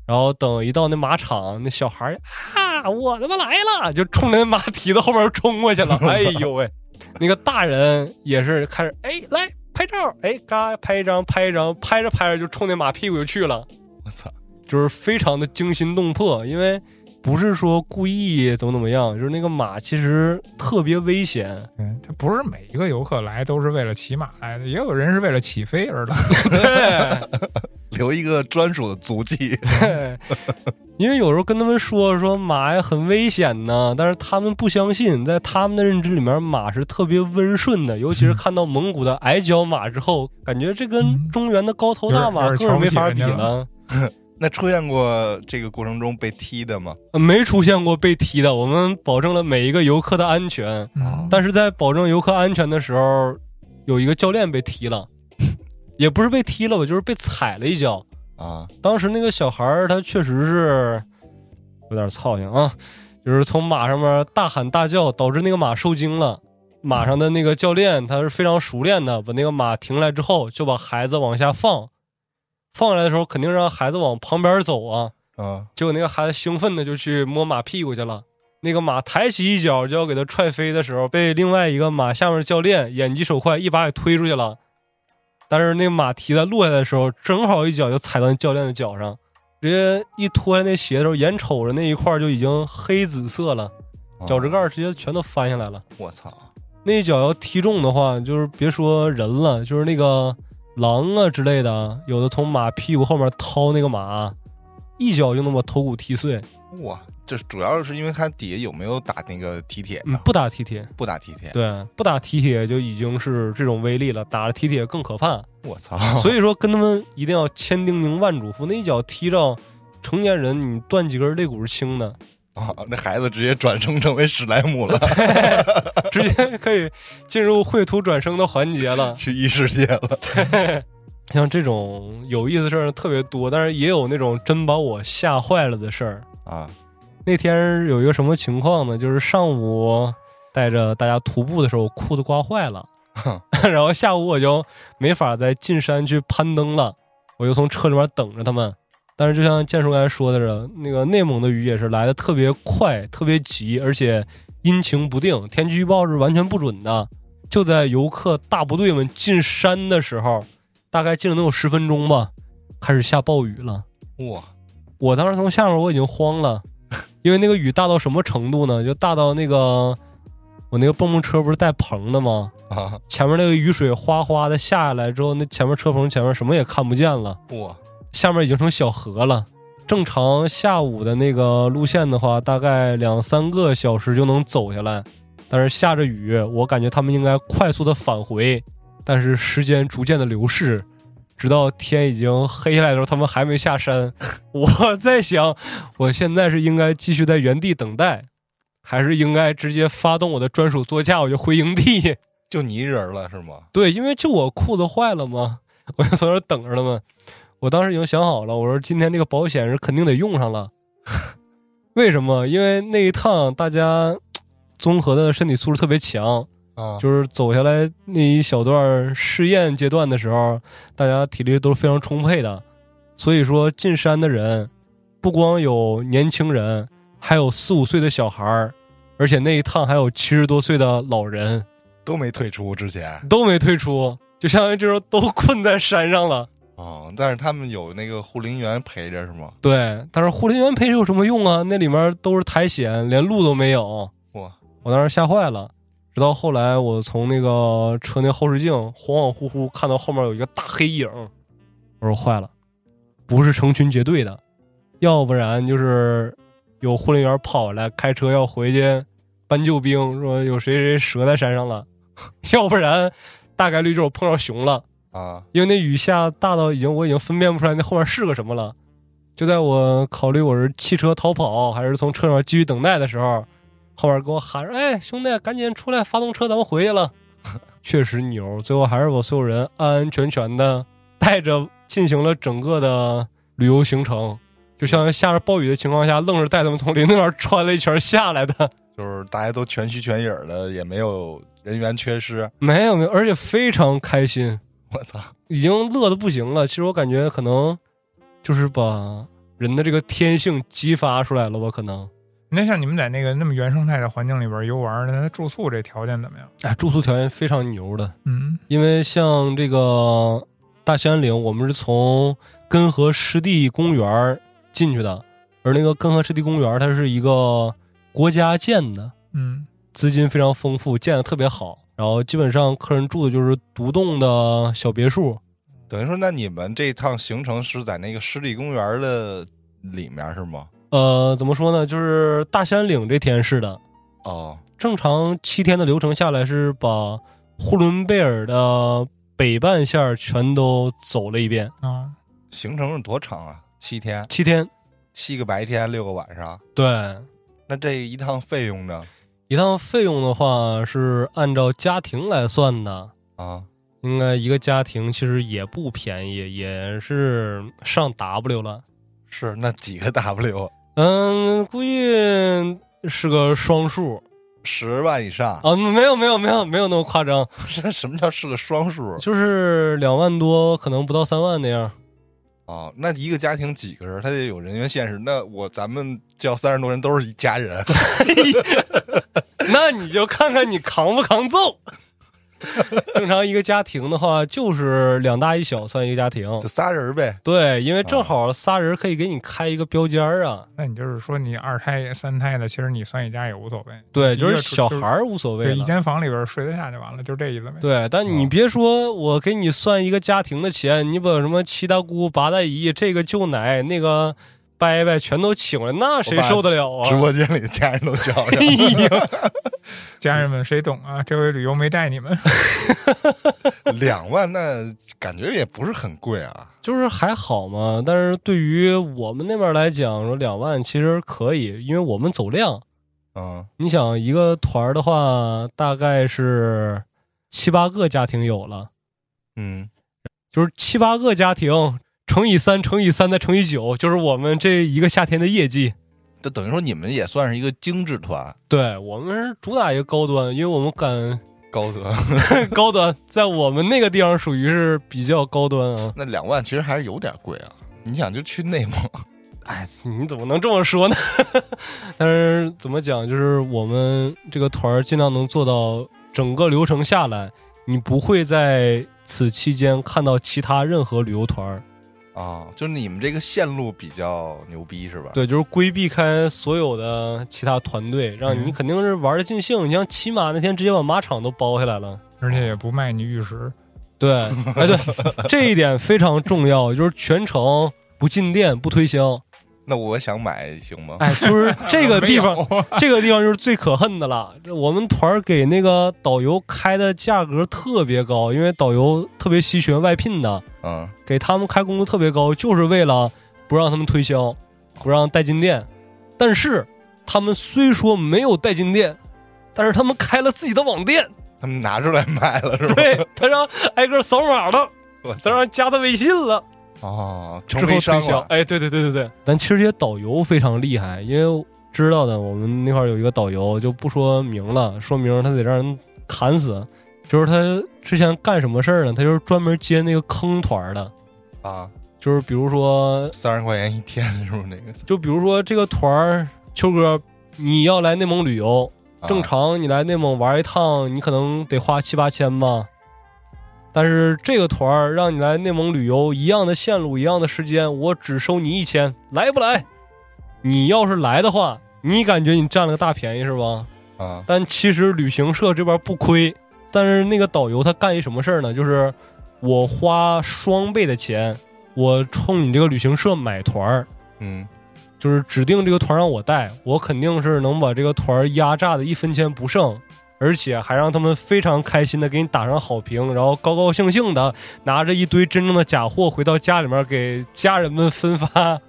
然后等一到那马场，那小孩儿啊，我他妈来了，就冲着那马蹄子后边冲过去了。哎呦喂，那个大人也是开始哎来拍照，哎嘎拍一张拍一张，拍着拍着就冲那马屁股就去了，我操！就是非常的惊心动魄，因为不是说故意怎么怎么样，就是那个马其实特别危险，对，他不是每一个游客来都是为了骑马来的，也有人是为了起飞而来。对，留一个专属的足迹。 [LAUGHS] [LAUGHS] 因为有时候跟他们说说马呀很危险呢，但是他们不相信，在他们的认知里面，马是特别温顺的，尤其是看到蒙古的矮脚马之后，感觉这跟嗯中原的高头大马有点根本没法比有点瞧不起人家了。那出现过这个过程中被踢的吗？呃没出现过被踢的，我们保证了每一个游客的安全。嗯但是在保证游客安全的时候，有一个教练被踢了，也不是被踢了吧，就是被踩了一脚。啊，当时那个小孩儿他确实是有点操性啊，就是从马上面大喊大叫，导致那个马受惊了。马上的那个教练他是非常熟练的，把那个马停下来之后，就把孩子往下放，放下来的时候肯定让孩子往旁边走啊。啊，结果那个孩子兴奋的就去摸马屁股去了。那个马抬起一脚就要给他踹飞的时候，被另外一个马下面的教练眼疾手快一把给推出去了。但是那个马蹄在落下来的时候，正好一脚就踩到那教练的脚上，直接一脱下那鞋的时候，眼瞅着那一块就已经黑紫色了，脚趾盖儿直接全都翻下来了。哦我操！那一脚要踢中的话，就是别说人了，就是那个狼啊之类的，啊有的从马屁股后面掏那个马，一脚就能把头骨踢碎。哇，这主要是因为它底下有没有打那个体铁嗯呢，？不打体铁，不打体铁，对，不打体铁就已经是这种威力了，打了体铁更可怕。我 [LAUGHS] 操！所以说，跟他们一定要千叮咛万嘱咐，那一脚踢着成年人，你断几根肋骨是轻的， [LAUGHS] [LAUGHS] 啊，那孩子直接转生成为史莱姆 [LAUGHS] 了，直接可以进入绘图转生的环节了。去异世界了。像这种有意思的事儿特别多，但是也有那种真把我吓坏了的事儿。啊，那天有一个什么情况呢？就是上午带着大家徒步的时候，我裤子刮坏了， [LAUGHS] 然后下午我就没法再进山去攀登了，我就从车里面等着他们。但是就像建叔刚才说的是，那个内蒙的雨也是来的特别快、特别急，而且阴晴不定，天气预报是完全不准的。就在游客大部队们进山的时候，大概进了能有十分钟吧，开始下暴雨了。哇，我当时从下面我已经慌了， [LAUGHS] 因为那个雨大到什么程度呢？就大到那个我那个蹦蹦车不是带棚的吗？啊，前面那个雨水哗哗的下下来之后，那前面车棚前面什么也看不见了，哇，下面已经成小河了。正常下午的那个路线的话，大概两三个小时就能走下来，但是下着雨，我感觉他们应该快速的返回，但是时间逐渐的流逝，直到天已经黑下来的时候，他们还没下山。 [LAUGHS] 我在想，我现在是应该继续在原地等待，还是应该直接发动我的专属座驾，我就回营地？就你一人了是吗？对，因为就我裤子坏了嘛，我就在那儿等着他们。我当时已经想好了，我说今天这个保险是肯定得用上了。 [LAUGHS] 为什么？因为那一趟大家综合的身体素质特别强，啊，就是走下来那一小段儿试验阶段的时候，大家体力都是非常充沛的。所以说，进山的人不光有年轻人，还有四五岁的小孩儿，而且那一趟还有七十多岁的老人。都没退出之前都没退出，就相当于这时候都困在山上了。哦，但是他们有那个护林员陪着是吗？对，但是护林员陪着有什么用啊？那里面都是苔藓，连路都没有。哇，我当时吓坏了。直到后来，我从那个车那后视镜恍恍惚惚看到后面有一个大黑影，我说坏了，不是成群结队的，要不然就是有护林员跑来开车要回去搬救兵，说有谁谁折在山上了， [LAUGHS] 要不然大概率就是我碰上熊了。啊，因为那雨下大到已经我已经分辨不出来那后面是个什么了。就在我考虑我是弃车逃跑还是从车上继续等待的时候，后面跟我喊说：“哎，兄弟，赶紧出来，发动车，咱们回去了。” [LAUGHS] 确实牛，最后还是我所有人安安全全的带着进行了整个的旅游行程，就像下着暴雨的情况下，愣是带他们从林子那边穿了一圈下来的。就是大家都全虚全影的，也没有人员缺失。没有没有，而且非常开心，我操，已经乐的不行了。其实我感觉可能就是把人的这个天性激发出来了吧，可能。那像你们在那个那么原生态的环境里边游玩，那它住宿这条件怎么样？哎，住宿条件非常牛的，嗯，因为像这个大兴安岭，我们是从根河湿地公园进去的，而那个根河湿地公园它是一个国家建的，嗯，资金非常丰富，建的特别好，然后基本上客人住的就是独栋的小别墅，等于说，那你们这趟行程是在那个湿地公园的里面是吗？呃，怎么说呢？就是大兴安岭这天是的，哦，正常七天的流程下来是把呼伦贝尔的北半线儿全都走了一遍，啊，行程是多长啊？七天，七天。七个白天，六个晚上。对，那这一趟费用呢？一趟费用的话是按照家庭来算的，啊，应该一个家庭其实也不便宜，也是上 W 了。是那几个 [LAUGHS] W，嗯，估计是个双数十万以上。啊，没有没有没有没有那么夸张，这 [LAUGHS] 什么叫是个双数？就是两万多，可能不到三万那样。哦，那一个家庭几个人？他得有人员限制。那我咱们叫三十多人都是一家人， [LAUGHS] 那你就看看你扛不扛揍。 [LAUGHS] 正常一个家庭的话，就是两大一小算一个家庭就。仨人呗。对，因为正好仨人可以给你开一个标间儿啊。那你就是说你二胎、三胎的，其实你算一家也无所谓。对，一就个是小就是孩儿无所谓对，一啊了。间房里边睡得下就完了，就这意思呗。对，但你嗯别说，我给你算一个家庭的钱，你把什么七大姑八大姨，这个舅奶，那个伯伯全都请过来，那谁受得了直啊？播间里家人都叫上哎，呀，家人们谁懂啊？这回旅游没带 [LAUGHS] 你们， [LAUGHS] 两万那感觉也不是很贵啊。就是还好嘛。但是对于我们那边来讲，说两万其实可以，因为我们走量。嗯，你想一个团儿的话，大概是七八个家庭有了，嗯，就是七八个家庭乘以三，乘以三再乘以九，就是我们这一个夏天的业绩。这等于说你们也算是一个精致团，对我们是主打一个高端，因为我们敢高德 [LAUGHS] [LAUGHS] 高端，在我们那个地方属于是比较高端啊。那两万其实还是有点贵啊。你想就去内蒙，哎，你怎么能这么说呢？ [LAUGHS] 但是怎么讲，就是我们这个团儿尽量能做到整个流程下来，你不会在此期间看到其他任何旅游团儿。啊、就是你们这个线路比较牛逼是吧？，对，就是规避开所有的其他团队，让你嗯肯定是玩的尽兴。你像骑马那天直接把马场都包下来了。而且也不卖你玉石。对，哎对，这一点非常重要，就是全程不进店不推销。那我想买行吗？哎，就是这个地方 [LAUGHS] 没，有这个地方就是最可恨的了。这我们团儿给那个导游开的价格特别高，因为导游特别稀缺外聘的，嗯，给他们开工资特别高，就是为了不让他们推销，不让带进店。但是他们虽说没有带进店，但是他们开了自己的网 [LAUGHS] 店，他们拿出来卖了是吧？对他让挨个扫码了，我再让加他微信了。哦，成之后微商推销。了，哎，对对对对对。但其实这些导游非常厉害，因为我知道的，我们那块儿有一个导游就不说名了，说名他得让人砍死。就是他之前干什么事儿呢？他就是专门接那个坑团儿的，啊，就是比如说，三十块钱一天是不是那个？就比如说这个团儿，秋哥，你要来内蒙旅游，啊正常你来内蒙玩一趟，你可能得花七八千吧。但是这个团儿让你来内蒙旅游，一样的线路，一样的时间，我只收你一千，来不来？你要是来的话，你感觉你占了个大便宜是吧？啊，但其实旅行社这边不亏，但是那个导游他干一什么事儿呢？就是我花双倍的钱，我冲你这个旅行社买团儿，嗯，就是指定这个团让我带，我肯定是能把这个团压榨的一分钱不剩，而且还让他们非常开心的给你打上好评，然后高高兴兴的拿着一堆真正的假货回到家里面给家人们分发。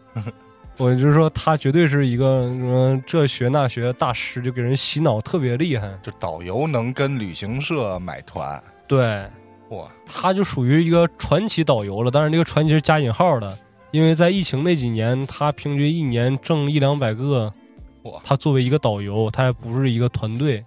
我就说他绝对是一个什么这学那学的大师，就给人洗脑特别厉害。就导游能跟旅行社买团，对，哇，他就属于一个传奇导游了，当然这个传奇是加引号的，因为在疫情那几年，他平均一年挣一两百个哇。他作为一个导游，他还不是一个团队，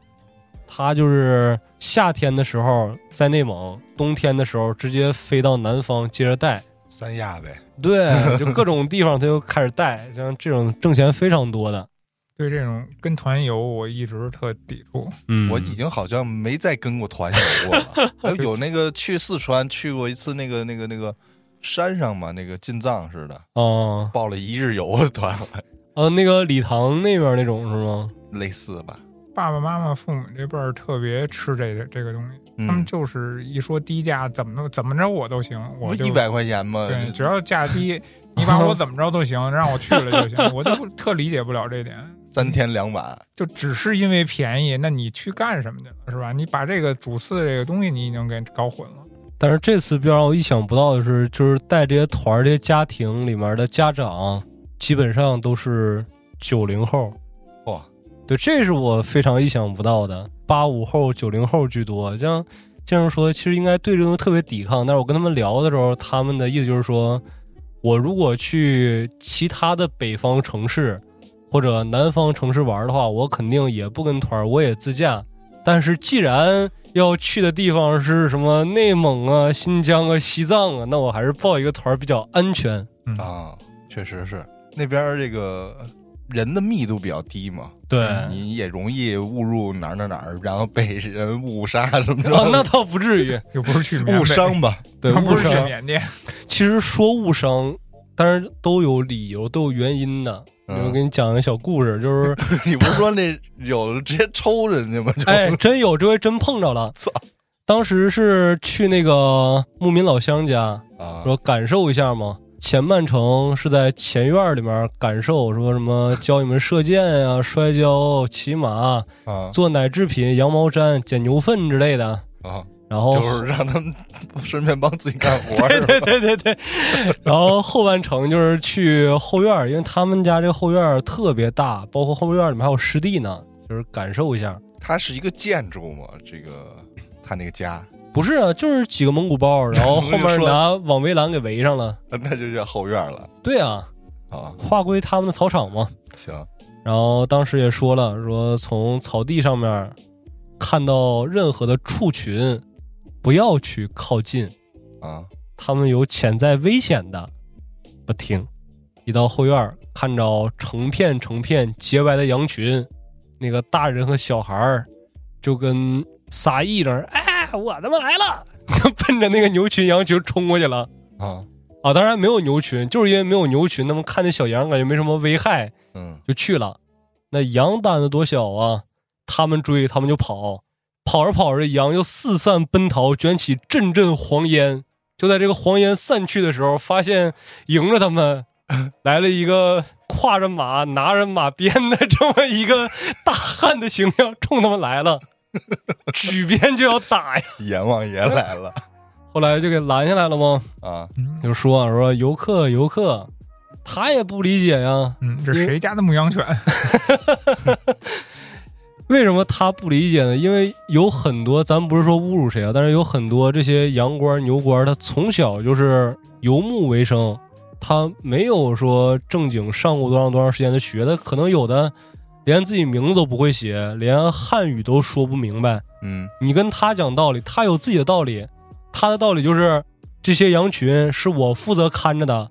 他就是夏天的时候在内蒙，冬天的时候直接飞到南方接着带。三亚呗，对，就各种地方他就开始带，像这种挣钱非常多的。对这种跟团游，我一直特抵触。嗯我已经好像没再跟过团游过了。哎有那个去四川去过一次，那个那个那个山上嘛，那个进藏似的，哦报了一日游的团，呃，那个礼堂那边那种是吗？类似吧。爸爸妈妈、父母这辈儿特别吃这个这个东西，他们嗯，就是一说低价，怎么怎么着我都行，我就一百块钱嘛，对，只要价低，你把我怎么着都行，让我去了就行。我就不特理解不了这点，三天两晚，就只是因为便宜，那你去干什么去了是吧？你把这个主次这个东西你已经给搞混了。但是这次比较让我意想不到的是，就是带这些团儿、这些家庭里面的家长，基本上都是九零后。哇，对，这是我非常意想不到的。八五后、九零后居多，像先生说，其实应该对这东西特别抵抗。但是我跟他们聊的时候，他们的意思就是说，我如果去其他的北方城市或者南方城市玩的话，我肯定也不跟团儿，我也自驾。但是既然要去的地方是什么内蒙啊、新疆啊、西藏啊，那我还是报一个团儿比较安全。嗯，啊，确实是那边儿这个人的密度比较低嘛，对，你也容易误入哪儿哪儿哪儿，然后被人误杀什么的，哦，那倒不至于，又不是去缅误甸，伤吧？对，不是误去伤缅甸，其实说误伤，但是都有理由，都有原因的。嗯我给你讲一个小故事，就是，你不是说那有的直接抽人家吗？就、哎，真有这回真碰着了。操当时是去那个牧民老乡家，啊，哎说感受一下嘛。前半程是在前院里面感受说什么教你们射箭啊、摔跤、骑马、啊做奶制品、羊毛毡、捡牛粪之类的，啊，然后就是让他们 [LAUGHS] 顺便帮自己干活儿，哦对是吧对对对对，然后后半程就是去后院儿，因为他们家这个后院儿特别大，包括后院儿里面还有湿地呢，就是感受一下。它是一个建筑嘛，这个他那个家，不是啊，就是几个蒙古包，然后后 [LAUGHS] 我跟面你说拿网围栏给围上了。那就叫后院了对啊，啊。划归他们的草场嘛。行，然后当时也说了，说从草地上面看到任何的畜群，不要去靠近，啊，他们有潜在危险的，不听。一到后院儿，看着成片成片洁白的羊群，那个大人和小孩儿就跟撒癔那儿，哎，我他妈来了， [LAUGHS] 奔着那个牛群羊群冲过去了。啊，啊，当然没有牛群，就是因为没有牛群，他们看那小羊感觉没什么危害，嗯，就去了。那羊胆子多小啊，他们追，他们就跑，跑着跑着，羊就四散奔逃，卷起阵阵黄烟。就在这个黄烟散去的时候，发现迎着他们来了一个挎着马、拿着马鞭的这么一个大汉的形象，冲他们来了，举鞭就要打呀。阎王爷来了后来就给拦下来了吗？啊，就说说游客游客，他也不理解呀，嗯，这谁家的牧羊犬？为什么他不理解呢？因为有很多，咱不是说侮辱谁啊，但是有很多这些羊倌、牛倌，他从小就是游牧为生，他没有说正经上过多长多长时间的学，他可能有的连自己名字都不会写，连汉语都说不明白。嗯你跟他讲道理，他有自己的道理，他的道理就是这些羊群是我负责看着的，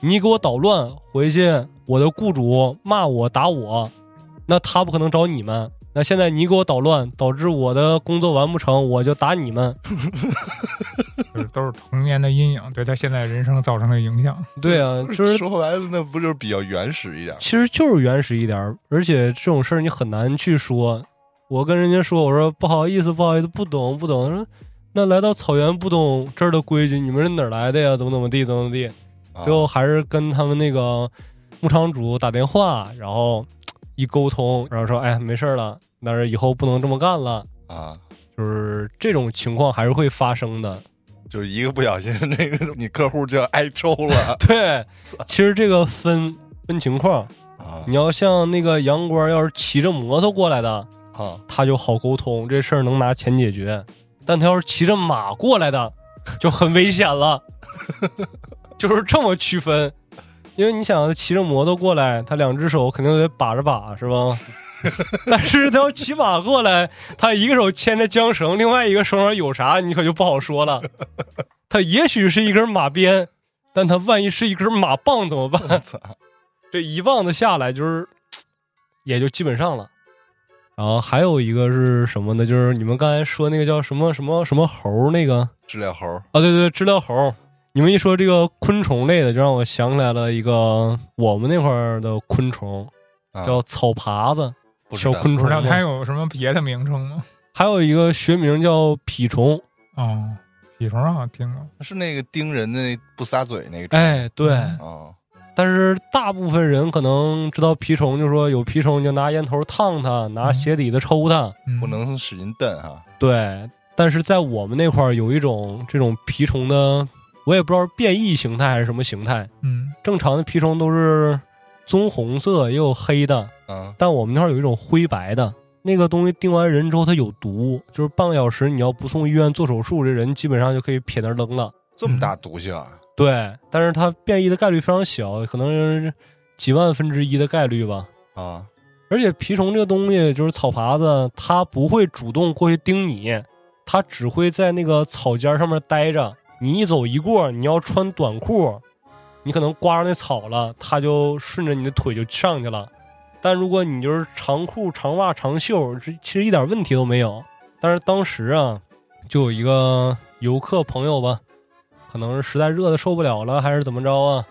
你给我捣乱，回去我的雇主骂我打我，那他不可能找你们。那现在你给我捣乱，导致我的工作完不成，我就打你们。就是都是童年的阴影，对他现在人生造成的影响。对啊，就是说白了，那不就是比较原始一点儿其实就是原始一点儿，而且这种事儿你很难去说。我跟人家说，我说不好意思，不好意思，不懂，不懂。他说那来到草原不懂这儿的规矩，你们是哪儿来的呀？怎么怎么地，怎么怎么地。啊？最后还是跟他们那个牧场主打电话，然后一沟通，然后说：“哎，没事儿了，但是以后不能这么干了。啊，”就是这种情况还是会发生的。就是一个不小心， [LAUGHS] 那个你客户就要挨抽了对，其实这个分分情况，啊你要像那个杨官，要是骑着摩托过来的，啊！他就好沟通，这事儿能拿钱解决。但他要是骑着马过来的，就很危险了。 [LAUGHS] 就是这么区分，因为你想，他骑着摩托过来，他两只手肯定得把着把，是吧？ [LAUGHS] 但是他要骑马过来，他一个手牵着缰绳，另外一个手上有啥，你可就不好说了。他也许是一根马鞭，但他万一是一根马棒怎么办？我操，这一棒子下来就是也就基本上了。然后还有一个是什么呢？就是你们刚才说那个叫什么什么什么猴儿那个知了猴儿啊，对对对，知了猴儿。你们一说这个昆虫类的，就让我想起来了一个我们那块儿的昆虫，啊叫草耙子，不知小道昆不虫知道嘛。它有什么别的名称吗？还有一个学名叫蜱虫。哦，比虫好像听过。是那个盯人的那不撒嘴那个哎，对，嗯啊但是大部分人可能知道蜱虫，就说有蜱虫你就拿烟头烫它，拿鞋底子抽它。嗯不能使劲啊蹬哈对，但是在我们那块儿有一种这种蜱虫的，我也不知道是变异形态还是什么形态。嗯，正常的蜱虫都是棕红色，也有黑的，啊但我们那块儿有一种灰白的。那个东西叮完人之后，它有毒，就是半个小时你要不送医院做手术，这人基本上就可以撇那儿扔了。这么大毒性啊！对，但是它变异的概率非常小，可能是几万分之一的概率吧。啊而且蜱虫这个东西，就是草耙子，它不会主动过去叮你，它只会在那个草尖上面待着。你一走一过，你要穿短裤，你可能刮着那草了，它就顺着你的腿就上去了。但如果你就是长裤、长袜、长袖，这其实一点问题都没有。但是当时啊，就有一个游客朋友吧，可能是实在热的受不了了，还是怎么着啊？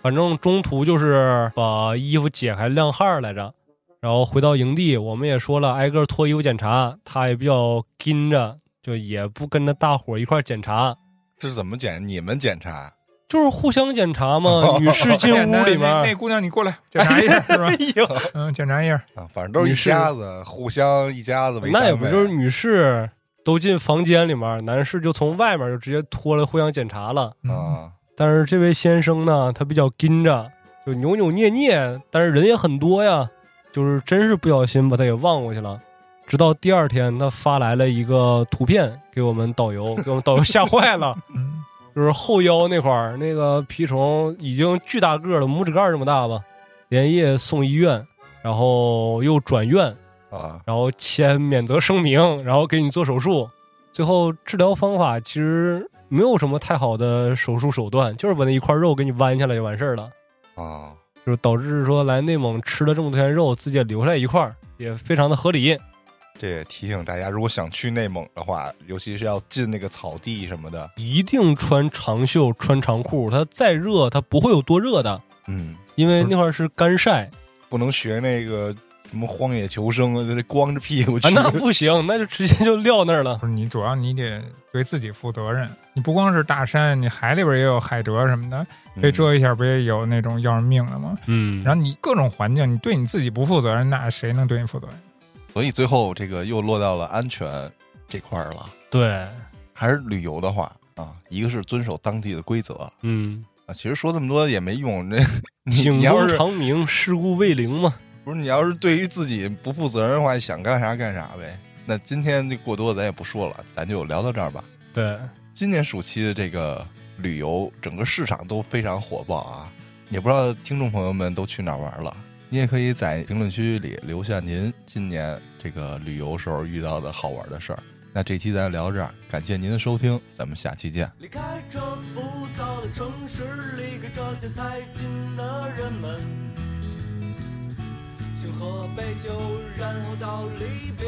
反正中途就是把衣服解开晾汗儿来着，然后回到营地，我们也说了，挨个脱衣服检查，他也比较跟着，就也不跟着大伙儿一块儿检查。这是怎么检？你们检查就是互相检查 [LAUGHS] 嘛，女士进很简屋单里那面那，姑娘你过来检查一 [LAUGHS] 下是吧哎？呦，嗯，检查一下，啊，反正都是女一士家子，互相一家子为那也单不位就是女士都进房间里面，男士就从外面就直接脱了互相检查了。嗯，啊，但是这位先生呢，他比较跟着，就扭扭捏捏，但是人也很多呀，就是真是不小心把他给忘过去了。直到第二天，他发来了一个图片给我们导游，给我们导游吓坏了，嗯就是后腰那块儿那个蜱虫已经巨大个了，拇指盖儿这么大吧，连夜送医院，然后又转院，啊，然后签免责声明，然后给你做手术。最后治疗方法其实没有什么太好的手术手段，就是把那一块肉给你剜下来就完事儿了。啊，就是导致说来内蒙吃了这么多天肉，自己也留下来一块儿，也非常的合理。这也提醒大家，如果想去内蒙的话，尤其是要进那个草地什么的，一定穿长袖、穿长裤，它再热它不会有多热的，嗯，因为那块儿是干晒不能学那个什么荒野求生，就是光 [LAUGHS] 着屁股去啊，，那 [LAUGHS] 不行，那就直接就撂那儿了。不是你主要你得对自己负责任，你不光是大山，你海里边也有海蜇什么的，被嗯蛰一下不也有那种要人命的吗？嗯然后你各种环境，你对你自己不负责任，那谁能对你负责任？所以最后这个又落到了安全这块儿了。对，还是旅游的话啊，一个是遵守当地的规则啊，嗯，其实说这么多也没用。这 [LAUGHS] 你警你要钟是长鸣，事故未灵嘛。不是你要是对于自己不负责任的话，想干啥干啥呗。那今天这过多咱也不说了，咱就聊到这儿吧。对，今年暑期的这个旅游，整个市场都非常火爆啊！也不知道听众朋友们都去哪儿玩了。你也可以在评论区里留下您今年这个旅游时候遇到的好玩的事儿。那这期咱就聊到这儿，感谢您的收听，咱们下期见。离开这浮躁的城市，离开这些才近的人们，请喝杯酒，然后到离别。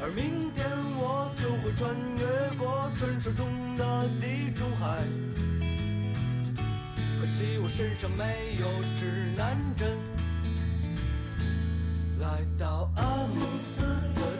而明天我就会穿越过传说中的地中海，可惜我身上没有指南针。来到阿姆斯特